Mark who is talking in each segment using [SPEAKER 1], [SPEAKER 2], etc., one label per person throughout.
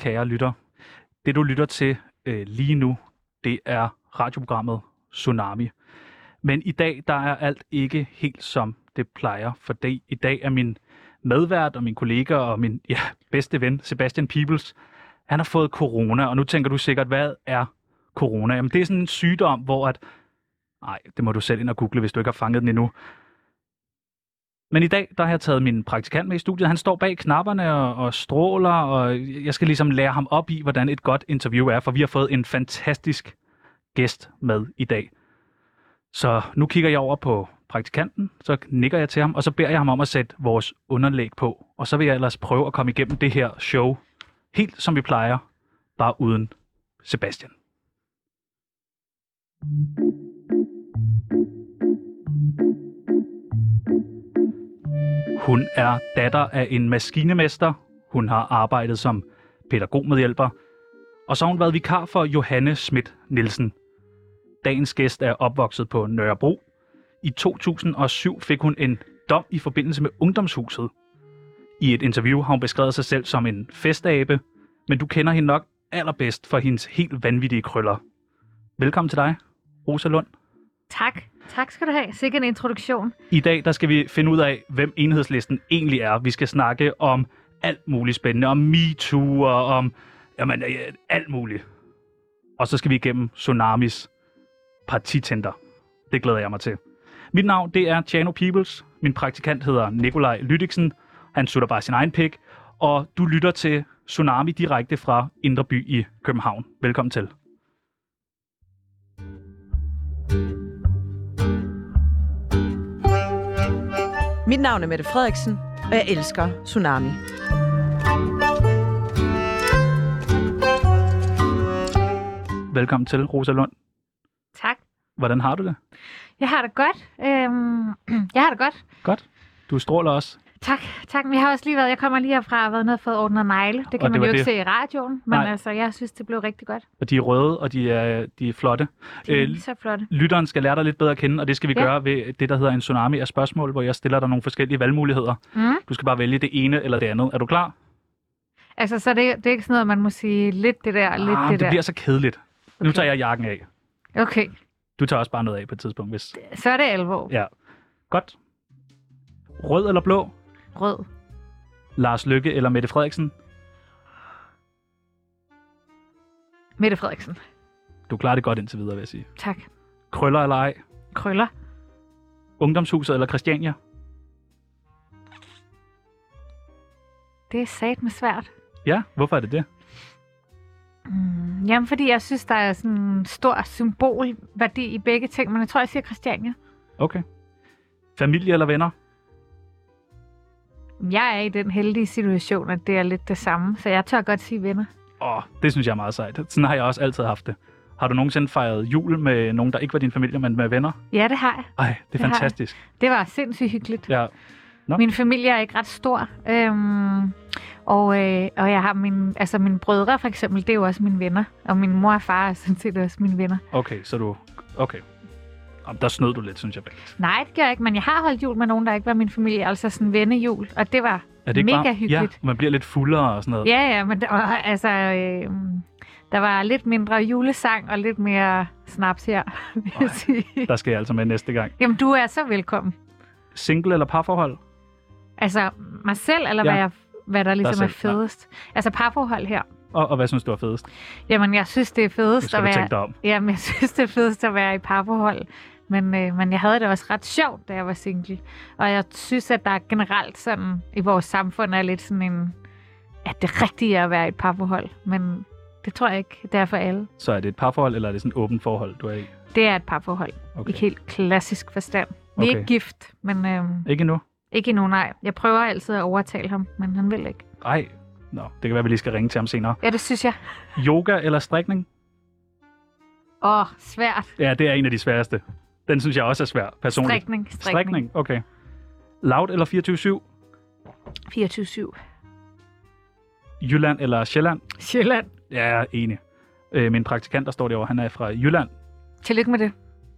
[SPEAKER 1] kære lytter. Det, du lytter til øh, lige nu, det er radioprogrammet Tsunami. Men i dag, der er alt ikke helt som det plejer, for det, i dag er min medvært og min kollega og min ja, bedste ven, Sebastian Peebles, han har fået corona, og nu tænker du sikkert, hvad er corona? Jamen, det er sådan en sygdom, hvor at... Nej, det må du selv ind og google, hvis du ikke har fanget den endnu. Men i dag, der har jeg taget min praktikant med i studiet. Han står bag knapperne og, og stråler, og jeg skal ligesom lære ham op i, hvordan et godt interview er, for vi har fået en fantastisk gæst med i dag. Så nu kigger jeg over på praktikanten, så nikker jeg til ham, og så beder jeg ham om at sætte vores underlæg på. Og så vil jeg ellers prøve at komme igennem det her show, helt som vi plejer, bare uden Sebastian. Hun er datter af en maskinemester. Hun har arbejdet som pædagogmedhjælper. Og så har hun været vikar for Johanne Schmidt Nielsen. Dagens gæst er opvokset på Nørrebro. I 2007 fik hun en dom i forbindelse med Ungdomshuset. I et interview har hun beskrevet sig selv som en festabe, men du kender hende nok allerbedst for hendes helt vanvittige krøller. Velkommen til dig, Rosa Lund.
[SPEAKER 2] Tak. Tak skal du have. Sikkert en introduktion.
[SPEAKER 1] I dag der skal vi finde ud af, hvem enhedslisten egentlig er. Vi skal snakke om alt muligt spændende, om MeToo og om jamen, øh, alt muligt. Og så skal vi igennem Tsunamis partitenter. Det glæder jeg mig til. Mit navn det er Tjano Peoples. Min praktikant hedder Nikolaj Lydiksen. Han sutter bare sin egen pik. Og du lytter til Tsunami direkte fra Indre By i København. Velkommen til.
[SPEAKER 3] Mit navn er Mette Frederiksen, og jeg elsker Tsunami.
[SPEAKER 1] Velkommen til, Rosa Lund.
[SPEAKER 2] Tak.
[SPEAKER 1] Hvordan har du det?
[SPEAKER 2] Jeg har det godt. Øhm, jeg har det godt.
[SPEAKER 1] Godt. Du stråler også.
[SPEAKER 2] Tak, tak. Men jeg har også lige været, jeg kommer lige herfra og har været nede og fået ordnet negle. Det kan
[SPEAKER 1] Og
[SPEAKER 2] og
[SPEAKER 1] det
[SPEAKER 2] man
[SPEAKER 1] var
[SPEAKER 2] jo ikke
[SPEAKER 1] det.
[SPEAKER 2] se i radioen, men
[SPEAKER 1] Nej.
[SPEAKER 2] altså, jeg synes, det blev rigtig godt.
[SPEAKER 1] Og de er røde, og de er, de er flotte.
[SPEAKER 2] Det er
[SPEAKER 1] Øh,
[SPEAKER 2] lige så flot.
[SPEAKER 1] lytteren skal lære dig lidt bedre at kende, og det skal vi ja.
[SPEAKER 2] Ja.
[SPEAKER 1] gøre ved det, der hedder en tsunami af spørgsmål, hvor jeg stiller dig nogle forskellige valgmuligheder.
[SPEAKER 2] Mm.
[SPEAKER 1] Du skal bare vælge det ene eller det andet. Er du klar?
[SPEAKER 2] Altså, så er det, det er ikke sådan noget, man må sige lidt det der, lidt
[SPEAKER 1] Ah,
[SPEAKER 2] det,
[SPEAKER 1] det
[SPEAKER 2] der.
[SPEAKER 1] bliver så kedeligt. Okay. Nu tager jeg jakken af.
[SPEAKER 2] Okay,
[SPEAKER 1] Du tager også bare noget af på et tidspunkt, hvis...
[SPEAKER 2] så er det alvor.
[SPEAKER 1] Ja. Godt. Rød eller blå?
[SPEAKER 2] Rød.
[SPEAKER 1] Lars Lykke eller Mette Frederiksen?
[SPEAKER 2] Mette Frederiksen.
[SPEAKER 1] Du klarer det godt indtil videre, vil jeg sige.
[SPEAKER 2] Tak.
[SPEAKER 1] Krøller eller ej?
[SPEAKER 2] Krøller.
[SPEAKER 1] Ungdomshuset eller Christiania?
[SPEAKER 2] Det er sat med svært.
[SPEAKER 1] Ja, hvorfor er det det?
[SPEAKER 2] Mm. Jamen, fordi jeg synes, der er sådan en stor symbolværdi i begge ting, men jeg tror, jeg siger Christiania.
[SPEAKER 1] Okay. Familie eller venner?
[SPEAKER 2] Jeg er i den heldige situation, at det er lidt det samme, så jeg tør godt sige venner.
[SPEAKER 1] Åh, det synes jeg er meget sejt. Sådan har jeg også altid haft det. Har du nogensinde fejret jul med nogen, der ikke var din familie, men med venner?
[SPEAKER 2] Ja, det har jeg.
[SPEAKER 1] Ej, det
[SPEAKER 2] Det
[SPEAKER 1] er
[SPEAKER 2] har jeg.
[SPEAKER 1] fantastisk.
[SPEAKER 2] Det var sindssygt hyggeligt.
[SPEAKER 1] Ja, Nå.
[SPEAKER 2] Min familie er ikke ret stor. Øhm, og, øh, og jeg har min, altså mine brødre for eksempel, det er jo også mine venner. Og min mor og far er sådan set også mine venner.
[SPEAKER 1] okay, så du... Okay. Jamen, der snød du lidt, synes jeg. Bengt.
[SPEAKER 2] Nej, det gør jeg ikke, men jeg har holdt jul med nogen, der ikke var min familie. Altså sådan vennejul, og det var...
[SPEAKER 1] Er det ikke
[SPEAKER 2] Mega
[SPEAKER 1] bare-
[SPEAKER 2] hyggeligt.
[SPEAKER 1] Ja, man bliver lidt fuldere og sådan noget.
[SPEAKER 2] Ja, ja, men der, var- altså... Øh, der var lidt mindre julesang og lidt mere snaps her, vil
[SPEAKER 1] Ej.
[SPEAKER 2] jeg sige.
[SPEAKER 1] Der skal jeg altså med næste gang.
[SPEAKER 2] Jamen, du er så velkommen.
[SPEAKER 1] Single eller parforhold?
[SPEAKER 2] Altså mig selv, eller
[SPEAKER 1] Ja.
[SPEAKER 2] ja. hvad, jeg, hvad der ligesom er
[SPEAKER 1] selv, nej.
[SPEAKER 2] fedest? Altså parforhold her.
[SPEAKER 1] Og, og hvad synes du er fedest?
[SPEAKER 2] Jamen, jeg synes, det er
[SPEAKER 1] Det
[SPEAKER 2] fedest
[SPEAKER 1] skal
[SPEAKER 2] at
[SPEAKER 1] du
[SPEAKER 2] være...
[SPEAKER 1] tænke dig om.
[SPEAKER 2] Jamen, jeg synes, det er fedest at være i parforhold. Men, øh, men jeg havde det også ret sjovt, da jeg var single. Og jeg synes, at der generelt sådan i vores samfund er lidt sådan en... At det rigtige er at være i et parforhold. Men det tror jeg ikke, det er for alle.
[SPEAKER 1] Så er det et parforhold, eller er det sådan et åbent forhold, du er i?
[SPEAKER 2] Det er et parforhold. Okay.
[SPEAKER 1] Okay.
[SPEAKER 2] I helt klassisk forstand. Vi er
[SPEAKER 1] Okay.
[SPEAKER 2] ikke gift, men øh,
[SPEAKER 1] Ikke endnu?
[SPEAKER 2] ikke endnu, nej. Jeg prøver altid at overtale ham, men han vil ikke.
[SPEAKER 1] Ej. Nå, det kan være, vi lige skal ringe til ham senere.
[SPEAKER 2] Ja, det synes jeg.
[SPEAKER 1] Yoga eller strikning?
[SPEAKER 2] Åh, svært.
[SPEAKER 1] Ja, det er en af de sværeste. Den synes jeg også er svær, personligt.
[SPEAKER 2] Strækning. Strækning.
[SPEAKER 1] Strikning, okay. Loud eller 24-7?
[SPEAKER 2] 24-7.
[SPEAKER 1] Jylland eller Sjælland?
[SPEAKER 2] Sjælland.
[SPEAKER 1] Ja, enig. Øh, min praktikant, der står derovre, han er fra Jylland.
[SPEAKER 2] Tillykke med det.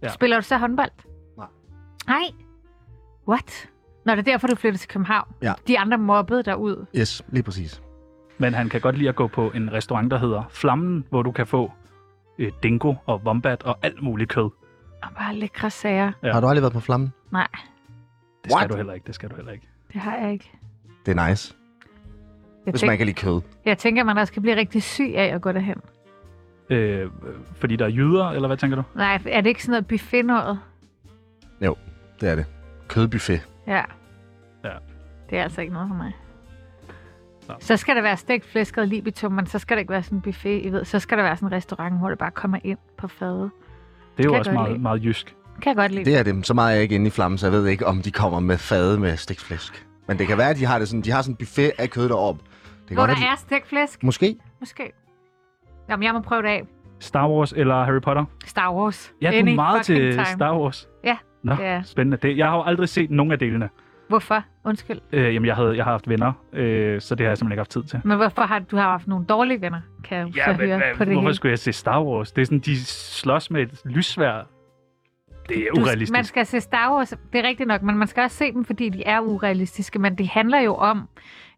[SPEAKER 1] Ja.
[SPEAKER 2] Ja. Spiller du så håndbold?
[SPEAKER 4] Nej.
[SPEAKER 2] Nej? What? Nå, det er derfor, du flyttede til København.
[SPEAKER 4] Ja.
[SPEAKER 2] De andre mobbede dig ud.
[SPEAKER 4] Yes, lige præcis.
[SPEAKER 1] Men han kan godt lide at gå på en restaurant, der hedder Flammen, hvor du kan få øh, dingo og wombat og alt muligt kød.
[SPEAKER 2] Og bare lækre sager.
[SPEAKER 1] Ja.
[SPEAKER 4] Har du aldrig været på flammen?
[SPEAKER 2] Nej,
[SPEAKER 1] Det skal
[SPEAKER 4] What?
[SPEAKER 1] du heller ikke, det skal du heller ikke.
[SPEAKER 2] det har jeg ikke.
[SPEAKER 4] Det er nice,
[SPEAKER 2] Jeg,
[SPEAKER 4] hvis man
[SPEAKER 2] tænk,
[SPEAKER 4] kan lide kød.
[SPEAKER 2] jeg tænker, man også kan blive rigtig syg af at gå derhen.
[SPEAKER 1] Øh, fordi der er jyder, eller hvad tænker du?
[SPEAKER 2] Nej, er det ikke sådan noget buffet noget?
[SPEAKER 4] Det er det. Kødbuffet.
[SPEAKER 2] Ja.
[SPEAKER 1] Ja.
[SPEAKER 2] Det er altså ikke noget for mig.
[SPEAKER 1] Nå.
[SPEAKER 2] Så skal der være stegt flæsket libitum, men så skal der ikke være sådan en buffet, I ved. Så skal der være sådan en restaurant, hvor det bare kommer ind på fadet.
[SPEAKER 1] Det er jo
[SPEAKER 2] jeg
[SPEAKER 1] også
[SPEAKER 2] godt
[SPEAKER 1] meget,
[SPEAKER 2] lide.
[SPEAKER 1] meget jysk.
[SPEAKER 2] Kan jeg godt lide.
[SPEAKER 4] Det er det. Så meget er jeg ikke inde i flammen, så jeg ved ikke, om de kommer med fade med stegt flæsk. Men det kan være, at de har, det sådan, de har sådan en buffet af kød deroppe. Det kan
[SPEAKER 2] Hvor
[SPEAKER 4] være,
[SPEAKER 2] der er stegt flæsk,
[SPEAKER 4] de... Måske.
[SPEAKER 2] måske. Jamen, jeg må prøve det af.
[SPEAKER 1] Star Wars eller Harry Potter?
[SPEAKER 2] Star Wars.
[SPEAKER 1] Ja, du
[SPEAKER 2] Any
[SPEAKER 1] er meget
[SPEAKER 2] fucking
[SPEAKER 1] til
[SPEAKER 2] time.
[SPEAKER 1] Star Wars.
[SPEAKER 2] Ja,
[SPEAKER 1] Nå,
[SPEAKER 2] det er-
[SPEAKER 1] spændende. Det, jeg har jo aldrig set nogen af delene.
[SPEAKER 2] Hvorfor? Undskyld.
[SPEAKER 1] Øh, jamen, jeg, havde, jeg har haft venner, øh, så det har jeg simpelthen ikke haft tid til.
[SPEAKER 2] Men hvorfor har du har haft nogle dårlige venner, kan jeg så høre på det
[SPEAKER 1] hvorfor
[SPEAKER 2] hele.
[SPEAKER 1] skulle jeg se Star Wars? Det er sådan, de slås med et lysvær. Det er urealistisk.
[SPEAKER 2] Du, man skal se Star Wars, det er rigtigt nok, men man skal også se dem, fordi de er urealistiske. Men det handler jo om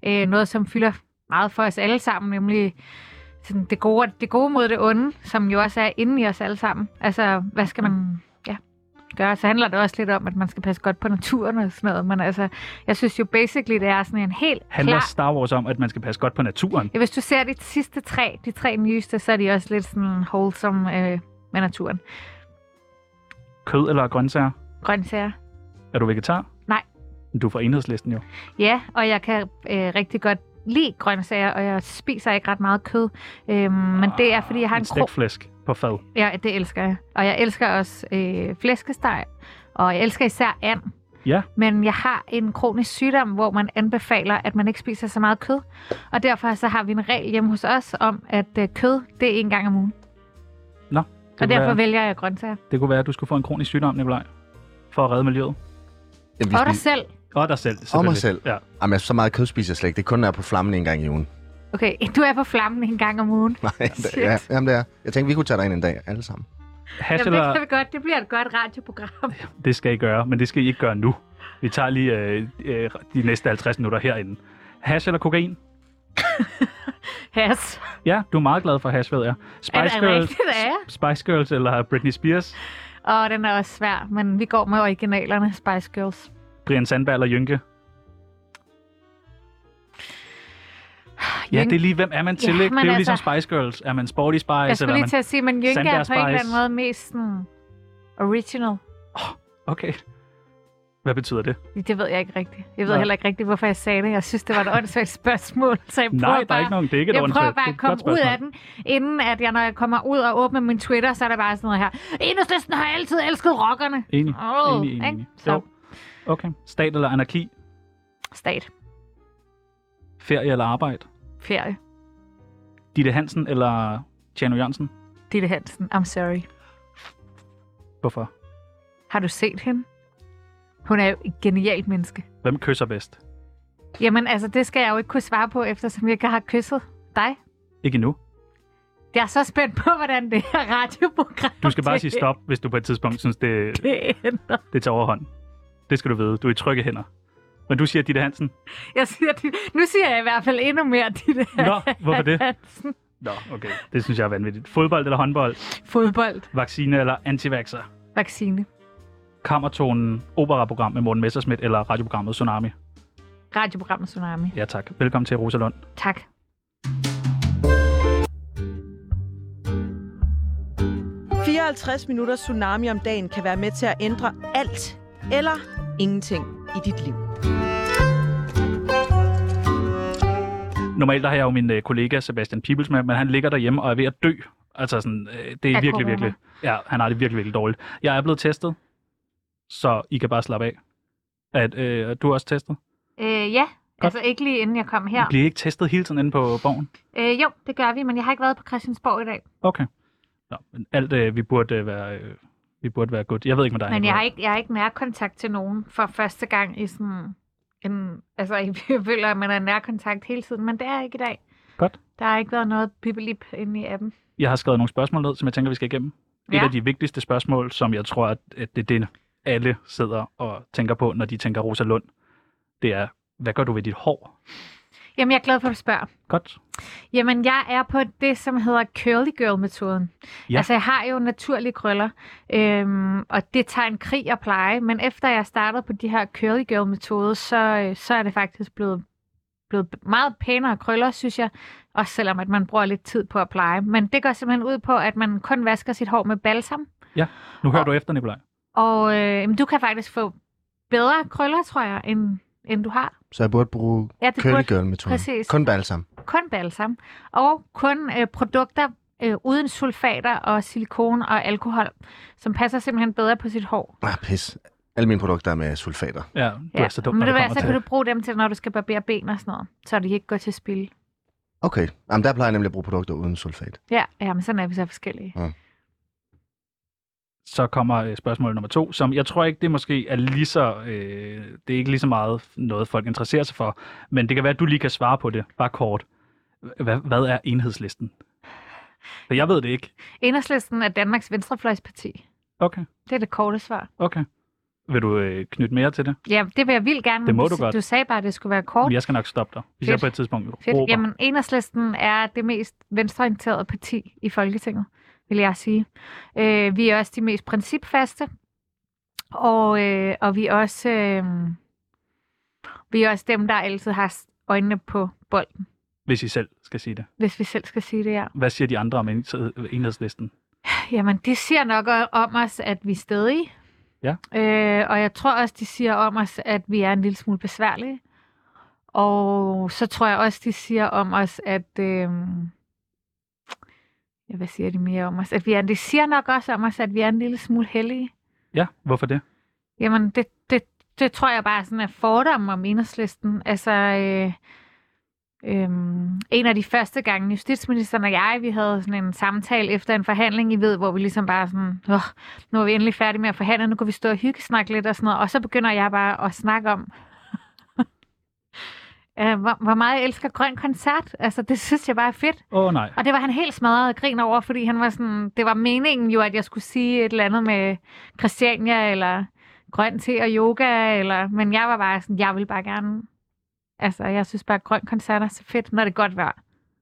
[SPEAKER 2] øh, noget, som fylder meget for os alle sammen, nemlig sådan det, gode, det gode mod det onde, som jo også er inde i os alle sammen. Altså, hvad skal
[SPEAKER 1] Mm.
[SPEAKER 2] man ja, gøre? Så handler det også lidt om, at man skal passe godt på naturen og sådan noget. Men altså, jeg synes jo basically, det er sådan en helt
[SPEAKER 1] Handler
[SPEAKER 2] klar...
[SPEAKER 1] Star Wars om, at man skal passe godt på naturen?
[SPEAKER 2] Ja, hvis du ser de sidste tre, de tre nyeste, så er de også lidt sådan wholesome øh, med naturen.
[SPEAKER 1] Kød eller grøntsager?
[SPEAKER 2] Grøntsager.
[SPEAKER 1] Er du vegetar?
[SPEAKER 2] Nej.
[SPEAKER 1] Du er fra enhedslisten jo.
[SPEAKER 2] Ja, og jeg kan øh, rigtig godt lide grøntsager, og jeg spiser ikke ret meget kød. Øhm, men det er, fordi jeg har en
[SPEAKER 1] en
[SPEAKER 2] krog.
[SPEAKER 1] stegt flæsk på fad.
[SPEAKER 2] Ja, det elsker jeg. Og jeg elsker også øh, flæskesteg, og jeg elsker især and.
[SPEAKER 1] Ja.
[SPEAKER 2] Men jeg har en kronisk sygdom, hvor man anbefaler, at man ikke spiser så meget kød. Og derfor så har vi en regel hjemme hos os om, at øh, kød, det er en gang om ugen.
[SPEAKER 1] Det,
[SPEAKER 2] Og
[SPEAKER 1] kunne
[SPEAKER 2] derfor
[SPEAKER 1] være,
[SPEAKER 2] vælger jeg grøntsager.
[SPEAKER 1] det kunne være, at du skulle få en kronisk sygdom, Nikolaj. For at redde miljøet.
[SPEAKER 4] Jamen, vi
[SPEAKER 2] Og dig
[SPEAKER 4] spiser-
[SPEAKER 2] selv.
[SPEAKER 1] Og dig selv, selvfølgelig.
[SPEAKER 4] selv.
[SPEAKER 1] Ja.
[SPEAKER 4] Jamen, jeg- så meget kød spiser jeg slet ikke. Det er kun, når jeg er på flammen en gang i ugen.
[SPEAKER 2] Okay, du er på flammen en gang om ugen.
[SPEAKER 4] Nej, det,
[SPEAKER 2] Shit.
[SPEAKER 4] ja, jamen, det er. Jeg tænkte, vi kunne tage dig ind en dag, alle sammen.
[SPEAKER 1] Hash
[SPEAKER 2] Jamen, det
[SPEAKER 1] eller...
[SPEAKER 2] kan vi godt. Det bliver et godt radioprogram.
[SPEAKER 1] Det skal I gøre, men det skal I ikke gøre nu. Vi tager lige øh, øh, de næste 50 minutter herinde. Hash eller kokain?
[SPEAKER 2] Has.
[SPEAKER 1] Ja, du er meget glad for hash, ved jeg.
[SPEAKER 2] Er det
[SPEAKER 1] Spice Girls,
[SPEAKER 2] rigtigt, det er jeg?
[SPEAKER 1] Spice Girls eller Britney Spears?
[SPEAKER 2] Og den er også svær, men vi går med originalerne, Spice Girls.
[SPEAKER 1] Brian Sandberg eller Jynke? Ja,
[SPEAKER 2] Jynke-
[SPEAKER 1] det er lige, hvem er man til,
[SPEAKER 2] Ja,
[SPEAKER 1] ikke? Det er
[SPEAKER 2] men
[SPEAKER 1] jo
[SPEAKER 2] altså-
[SPEAKER 1] ligesom Spice Girls. Er man Sporty Spice?
[SPEAKER 2] Jeg skulle
[SPEAKER 1] eller er
[SPEAKER 2] lige
[SPEAKER 1] man...
[SPEAKER 2] til at sige, men Jynke
[SPEAKER 1] Sandberg
[SPEAKER 2] er på en eller anden
[SPEAKER 1] Spice.
[SPEAKER 2] måde mest sådan, original.
[SPEAKER 1] Okay. Hvad betyder det?
[SPEAKER 2] Det ved jeg ikke rigtigt. Jeg ved
[SPEAKER 1] Nej.
[SPEAKER 2] heller ikke rigtigt, hvorfor jeg sagde det. Jeg synes, det var et åndssvagt spørgsmål, så jeg prøver
[SPEAKER 1] Nej, der er
[SPEAKER 2] bare,
[SPEAKER 1] ikke nogen. Det er ikke et
[SPEAKER 2] jeg prøver
[SPEAKER 1] åndssvagt. Det
[SPEAKER 2] bare
[SPEAKER 1] er
[SPEAKER 2] at
[SPEAKER 1] et
[SPEAKER 2] komme
[SPEAKER 1] godt
[SPEAKER 2] ud
[SPEAKER 1] spørgsmål.
[SPEAKER 2] af den, inden at jeg, når jeg kommer ud og åbner min Twitter, så er der bare sådan noget her. Enhedslisten har altid elsket rockerne.
[SPEAKER 1] Enig.
[SPEAKER 2] Åh,
[SPEAKER 1] enig, enig,
[SPEAKER 2] ikke?
[SPEAKER 1] enig.
[SPEAKER 2] Så.
[SPEAKER 1] Jo. Okay. Stat eller anarki?
[SPEAKER 2] Stat.
[SPEAKER 1] Ferie eller arbejde?
[SPEAKER 2] Ferie.
[SPEAKER 1] Ditte Hansen eller Tjano Jørgensen?
[SPEAKER 2] Ditte Hansen. I'm sorry.
[SPEAKER 1] Hvorfor?
[SPEAKER 2] Har du set hende? Hun er jo et genialt menneske.
[SPEAKER 1] Hvem kysser bedst?
[SPEAKER 2] Jamen, altså, det skal jeg jo ikke kunne svare på, eftersom jeg ikke har kysset dig.
[SPEAKER 1] Ikke endnu.
[SPEAKER 2] Jeg er så spændt på, hvordan det her radioprogram...
[SPEAKER 1] Du skal bare
[SPEAKER 2] det-
[SPEAKER 1] sige stop, hvis du på et tidspunkt synes, det,
[SPEAKER 2] det ender.
[SPEAKER 1] det tager overhånd. Det skal du vide. Du er i trygge hænder. Men du siger Ditte Hansen.
[SPEAKER 2] Jeg siger, det- nu siger jeg i hvert fald endnu mere til det her.
[SPEAKER 1] Nå, hvorfor det?
[SPEAKER 2] Hansen.
[SPEAKER 1] Nå, okay. Det synes jeg er vanvittigt. Fodbold eller håndbold?
[SPEAKER 2] Fodbold.
[SPEAKER 1] Vaccine eller antivaxer?
[SPEAKER 2] Vaccine.
[SPEAKER 1] Kammertonen, operaprogram med Morten Messerschmidt eller radioprogrammet Tsunami?
[SPEAKER 2] Radioprogrammet Tsunami.
[SPEAKER 1] Ja tak. Velkommen til Rosalund.
[SPEAKER 2] Tak.
[SPEAKER 3] det. 54 minutter tsunami om dagen kan være med til at ændre alt eller ingenting i dit liv.
[SPEAKER 1] Normalt der har jeg jo min øh, kollega Sebastian Pibels med, men han ligger derhjemme og er ved at dø. Altså sådan, øh, det er
[SPEAKER 2] Af
[SPEAKER 1] virkelig,
[SPEAKER 2] corona.
[SPEAKER 1] virkelig. Ja, han har det virkelig, virkelig dårligt. Jeg er blevet testet, så I kan bare slappe af. At, øh, er du er også testet?
[SPEAKER 2] Øh, ja, altså ikke lige inden jeg kom her.
[SPEAKER 1] Ja. Bliver I ikke testet hele tiden inde på borgen?
[SPEAKER 2] Øh, jo, det gør vi, men jeg har ikke været på Christiansborg i dag.
[SPEAKER 1] Okay. Nå, men alt øh, vi burde øh, være... Øh, vi burde være godt. Jeg ved ikke, hvad der er.
[SPEAKER 2] Men
[SPEAKER 1] inde
[SPEAKER 2] jeg
[SPEAKER 1] på-
[SPEAKER 2] har ikke, jeg har ikke nærkontakt til nogen for første gang i sådan en... Altså, jeg føler, at man er i nærkontakt hele tiden, men det er jeg ikke i dag.
[SPEAKER 1] Godt.
[SPEAKER 2] Der har ikke været noget bibelip inde i appen.
[SPEAKER 1] jeg har skrevet nogle spørgsmål ned, som jeg tænker, vi skal igennem. Ja. Et
[SPEAKER 2] Ja.
[SPEAKER 1] af de vigtigste spørgsmål, som jeg tror, at at det er det, alle sidder og tænker på, når de tænker Rosa Lund, det er, hvad gør du ved dit hår?
[SPEAKER 2] Jamen, jeg er glad for, at du spørger.
[SPEAKER 1] Godt.
[SPEAKER 2] Jamen, jeg er på det, som hedder curly girl-metoden.
[SPEAKER 1] Ja.
[SPEAKER 2] Ja. Altså, jeg har jo naturlige krøller, øhm, og det tager en krig at pleje, men efter jeg startede på de her curly girl-metode, så, øh, så er det faktisk blevet, blevet meget pænere krøller, synes jeg, også selvom at man bruger lidt tid på at pleje. Men det går simpelthen ud på, at man kun vasker sit hår med balsam,
[SPEAKER 1] Nu hører
[SPEAKER 2] Og-
[SPEAKER 1] du efter, Nikolaj.
[SPEAKER 2] og øh, jamen, du kan faktisk få bedre krøller, tror jeg, end, end du har.
[SPEAKER 4] Så jeg burde bruge
[SPEAKER 2] Ja, det
[SPEAKER 4] curly
[SPEAKER 2] burde-
[SPEAKER 4] girl metoden.
[SPEAKER 2] Præcis.
[SPEAKER 4] Kun balsam.
[SPEAKER 2] kun balsam, og kun øh, produkter øh, uden sulfater og silikon og alkohol, som passer simpelthen bedre på sit hår.
[SPEAKER 4] Ah, pis. Alle mine produkter er med sulfater.
[SPEAKER 1] Ja, du er så dum,
[SPEAKER 2] Men
[SPEAKER 1] når det
[SPEAKER 2] ved du hvad,
[SPEAKER 1] kommer
[SPEAKER 2] så
[SPEAKER 1] til
[SPEAKER 2] kan du bruge dem til, når du skal barbere ben og sådan noget, så de ikke går til spil.
[SPEAKER 4] Okay. Jamen, der plejer jeg nemlig at bruge produkter uden sulfat.
[SPEAKER 2] Ja, ja, men sådan er vi så forskellige.
[SPEAKER 1] så kommer øh, spørgsmål nummer to, som jeg tror ikke, det måske er lige så, øh, det er ikke lige så meget noget, folk interesserer sig for, men det kan være, at du lige kan svare på det, bare kort. Hvad, hvad er enhedslisten? For jeg ved det ikke.
[SPEAKER 2] Enhedslisten er Danmarks Venstrefløjsparti.
[SPEAKER 1] Okay,
[SPEAKER 2] Det er det korte svar.
[SPEAKER 1] okay. Vil du øh, knytte mere til det?
[SPEAKER 2] Ja, det vil jeg vildt gerne.
[SPEAKER 1] Det må
[SPEAKER 2] men
[SPEAKER 1] du godt.
[SPEAKER 2] Du sagde bare, at det skulle være kort.
[SPEAKER 1] Jeg skal nok stoppe dig, hvis
[SPEAKER 2] Fedt.
[SPEAKER 1] jeg på et tidspunkt
[SPEAKER 2] Fedt.
[SPEAKER 1] råber.
[SPEAKER 2] Jamen, Enhedslisten er det mest venstreorienterede parti i Folketinget, vil jeg sige. Øh, vi er også de mest principfaste, og, øh, og vi, er også, øh, vi er også dem, der altid har s- øjnene på bolden,
[SPEAKER 1] Hvis I selv skal sige det.
[SPEAKER 2] hvis vi selv skal sige det her.
[SPEAKER 1] Hvad siger de andre om enhed- enhedslisten?
[SPEAKER 2] Jamen, de siger nok o- om os, at vi er stedige.
[SPEAKER 1] Ja.
[SPEAKER 2] Øh, og jeg tror også, de siger om os, at vi er en lille smule besværlige. Og så tror jeg også, de siger om os, at... Øh, ja, hvad siger de mere om os? At vi er, de siger nok også om os, at vi er en lille smule heldige.
[SPEAKER 1] Ja, hvorfor det?
[SPEAKER 2] Jamen, det, det, det tror jeg bare sådan er fordomme om enhedslisten. Altså, øh, øhm, en af de første gange, justitsministeren og jeg, vi havde sådan en samtale efter en forhandling, I ved, hvor vi ligesom bare sådan, Åh, nu er vi endelig færdige med at forhandle, nu kan vi stå og hygge snakke lidt og sådan noget. Og så begynder jeg bare at snakke om, øh, hvor, hvor meget jeg elsker grøn koncert. Altså, det synes jeg bare er fedt.
[SPEAKER 1] Åh oh, nej.
[SPEAKER 2] Og det var han helt smadret og grin over, fordi han var sådan, det var meningen jo, at jeg skulle sige et eller andet med Christiania, eller grøn te og yoga, eller, men jeg var bare sådan, jeg vil bare gerne, altså jeg synes bare, at grøn koncert er så fedt, når det er godt vejr.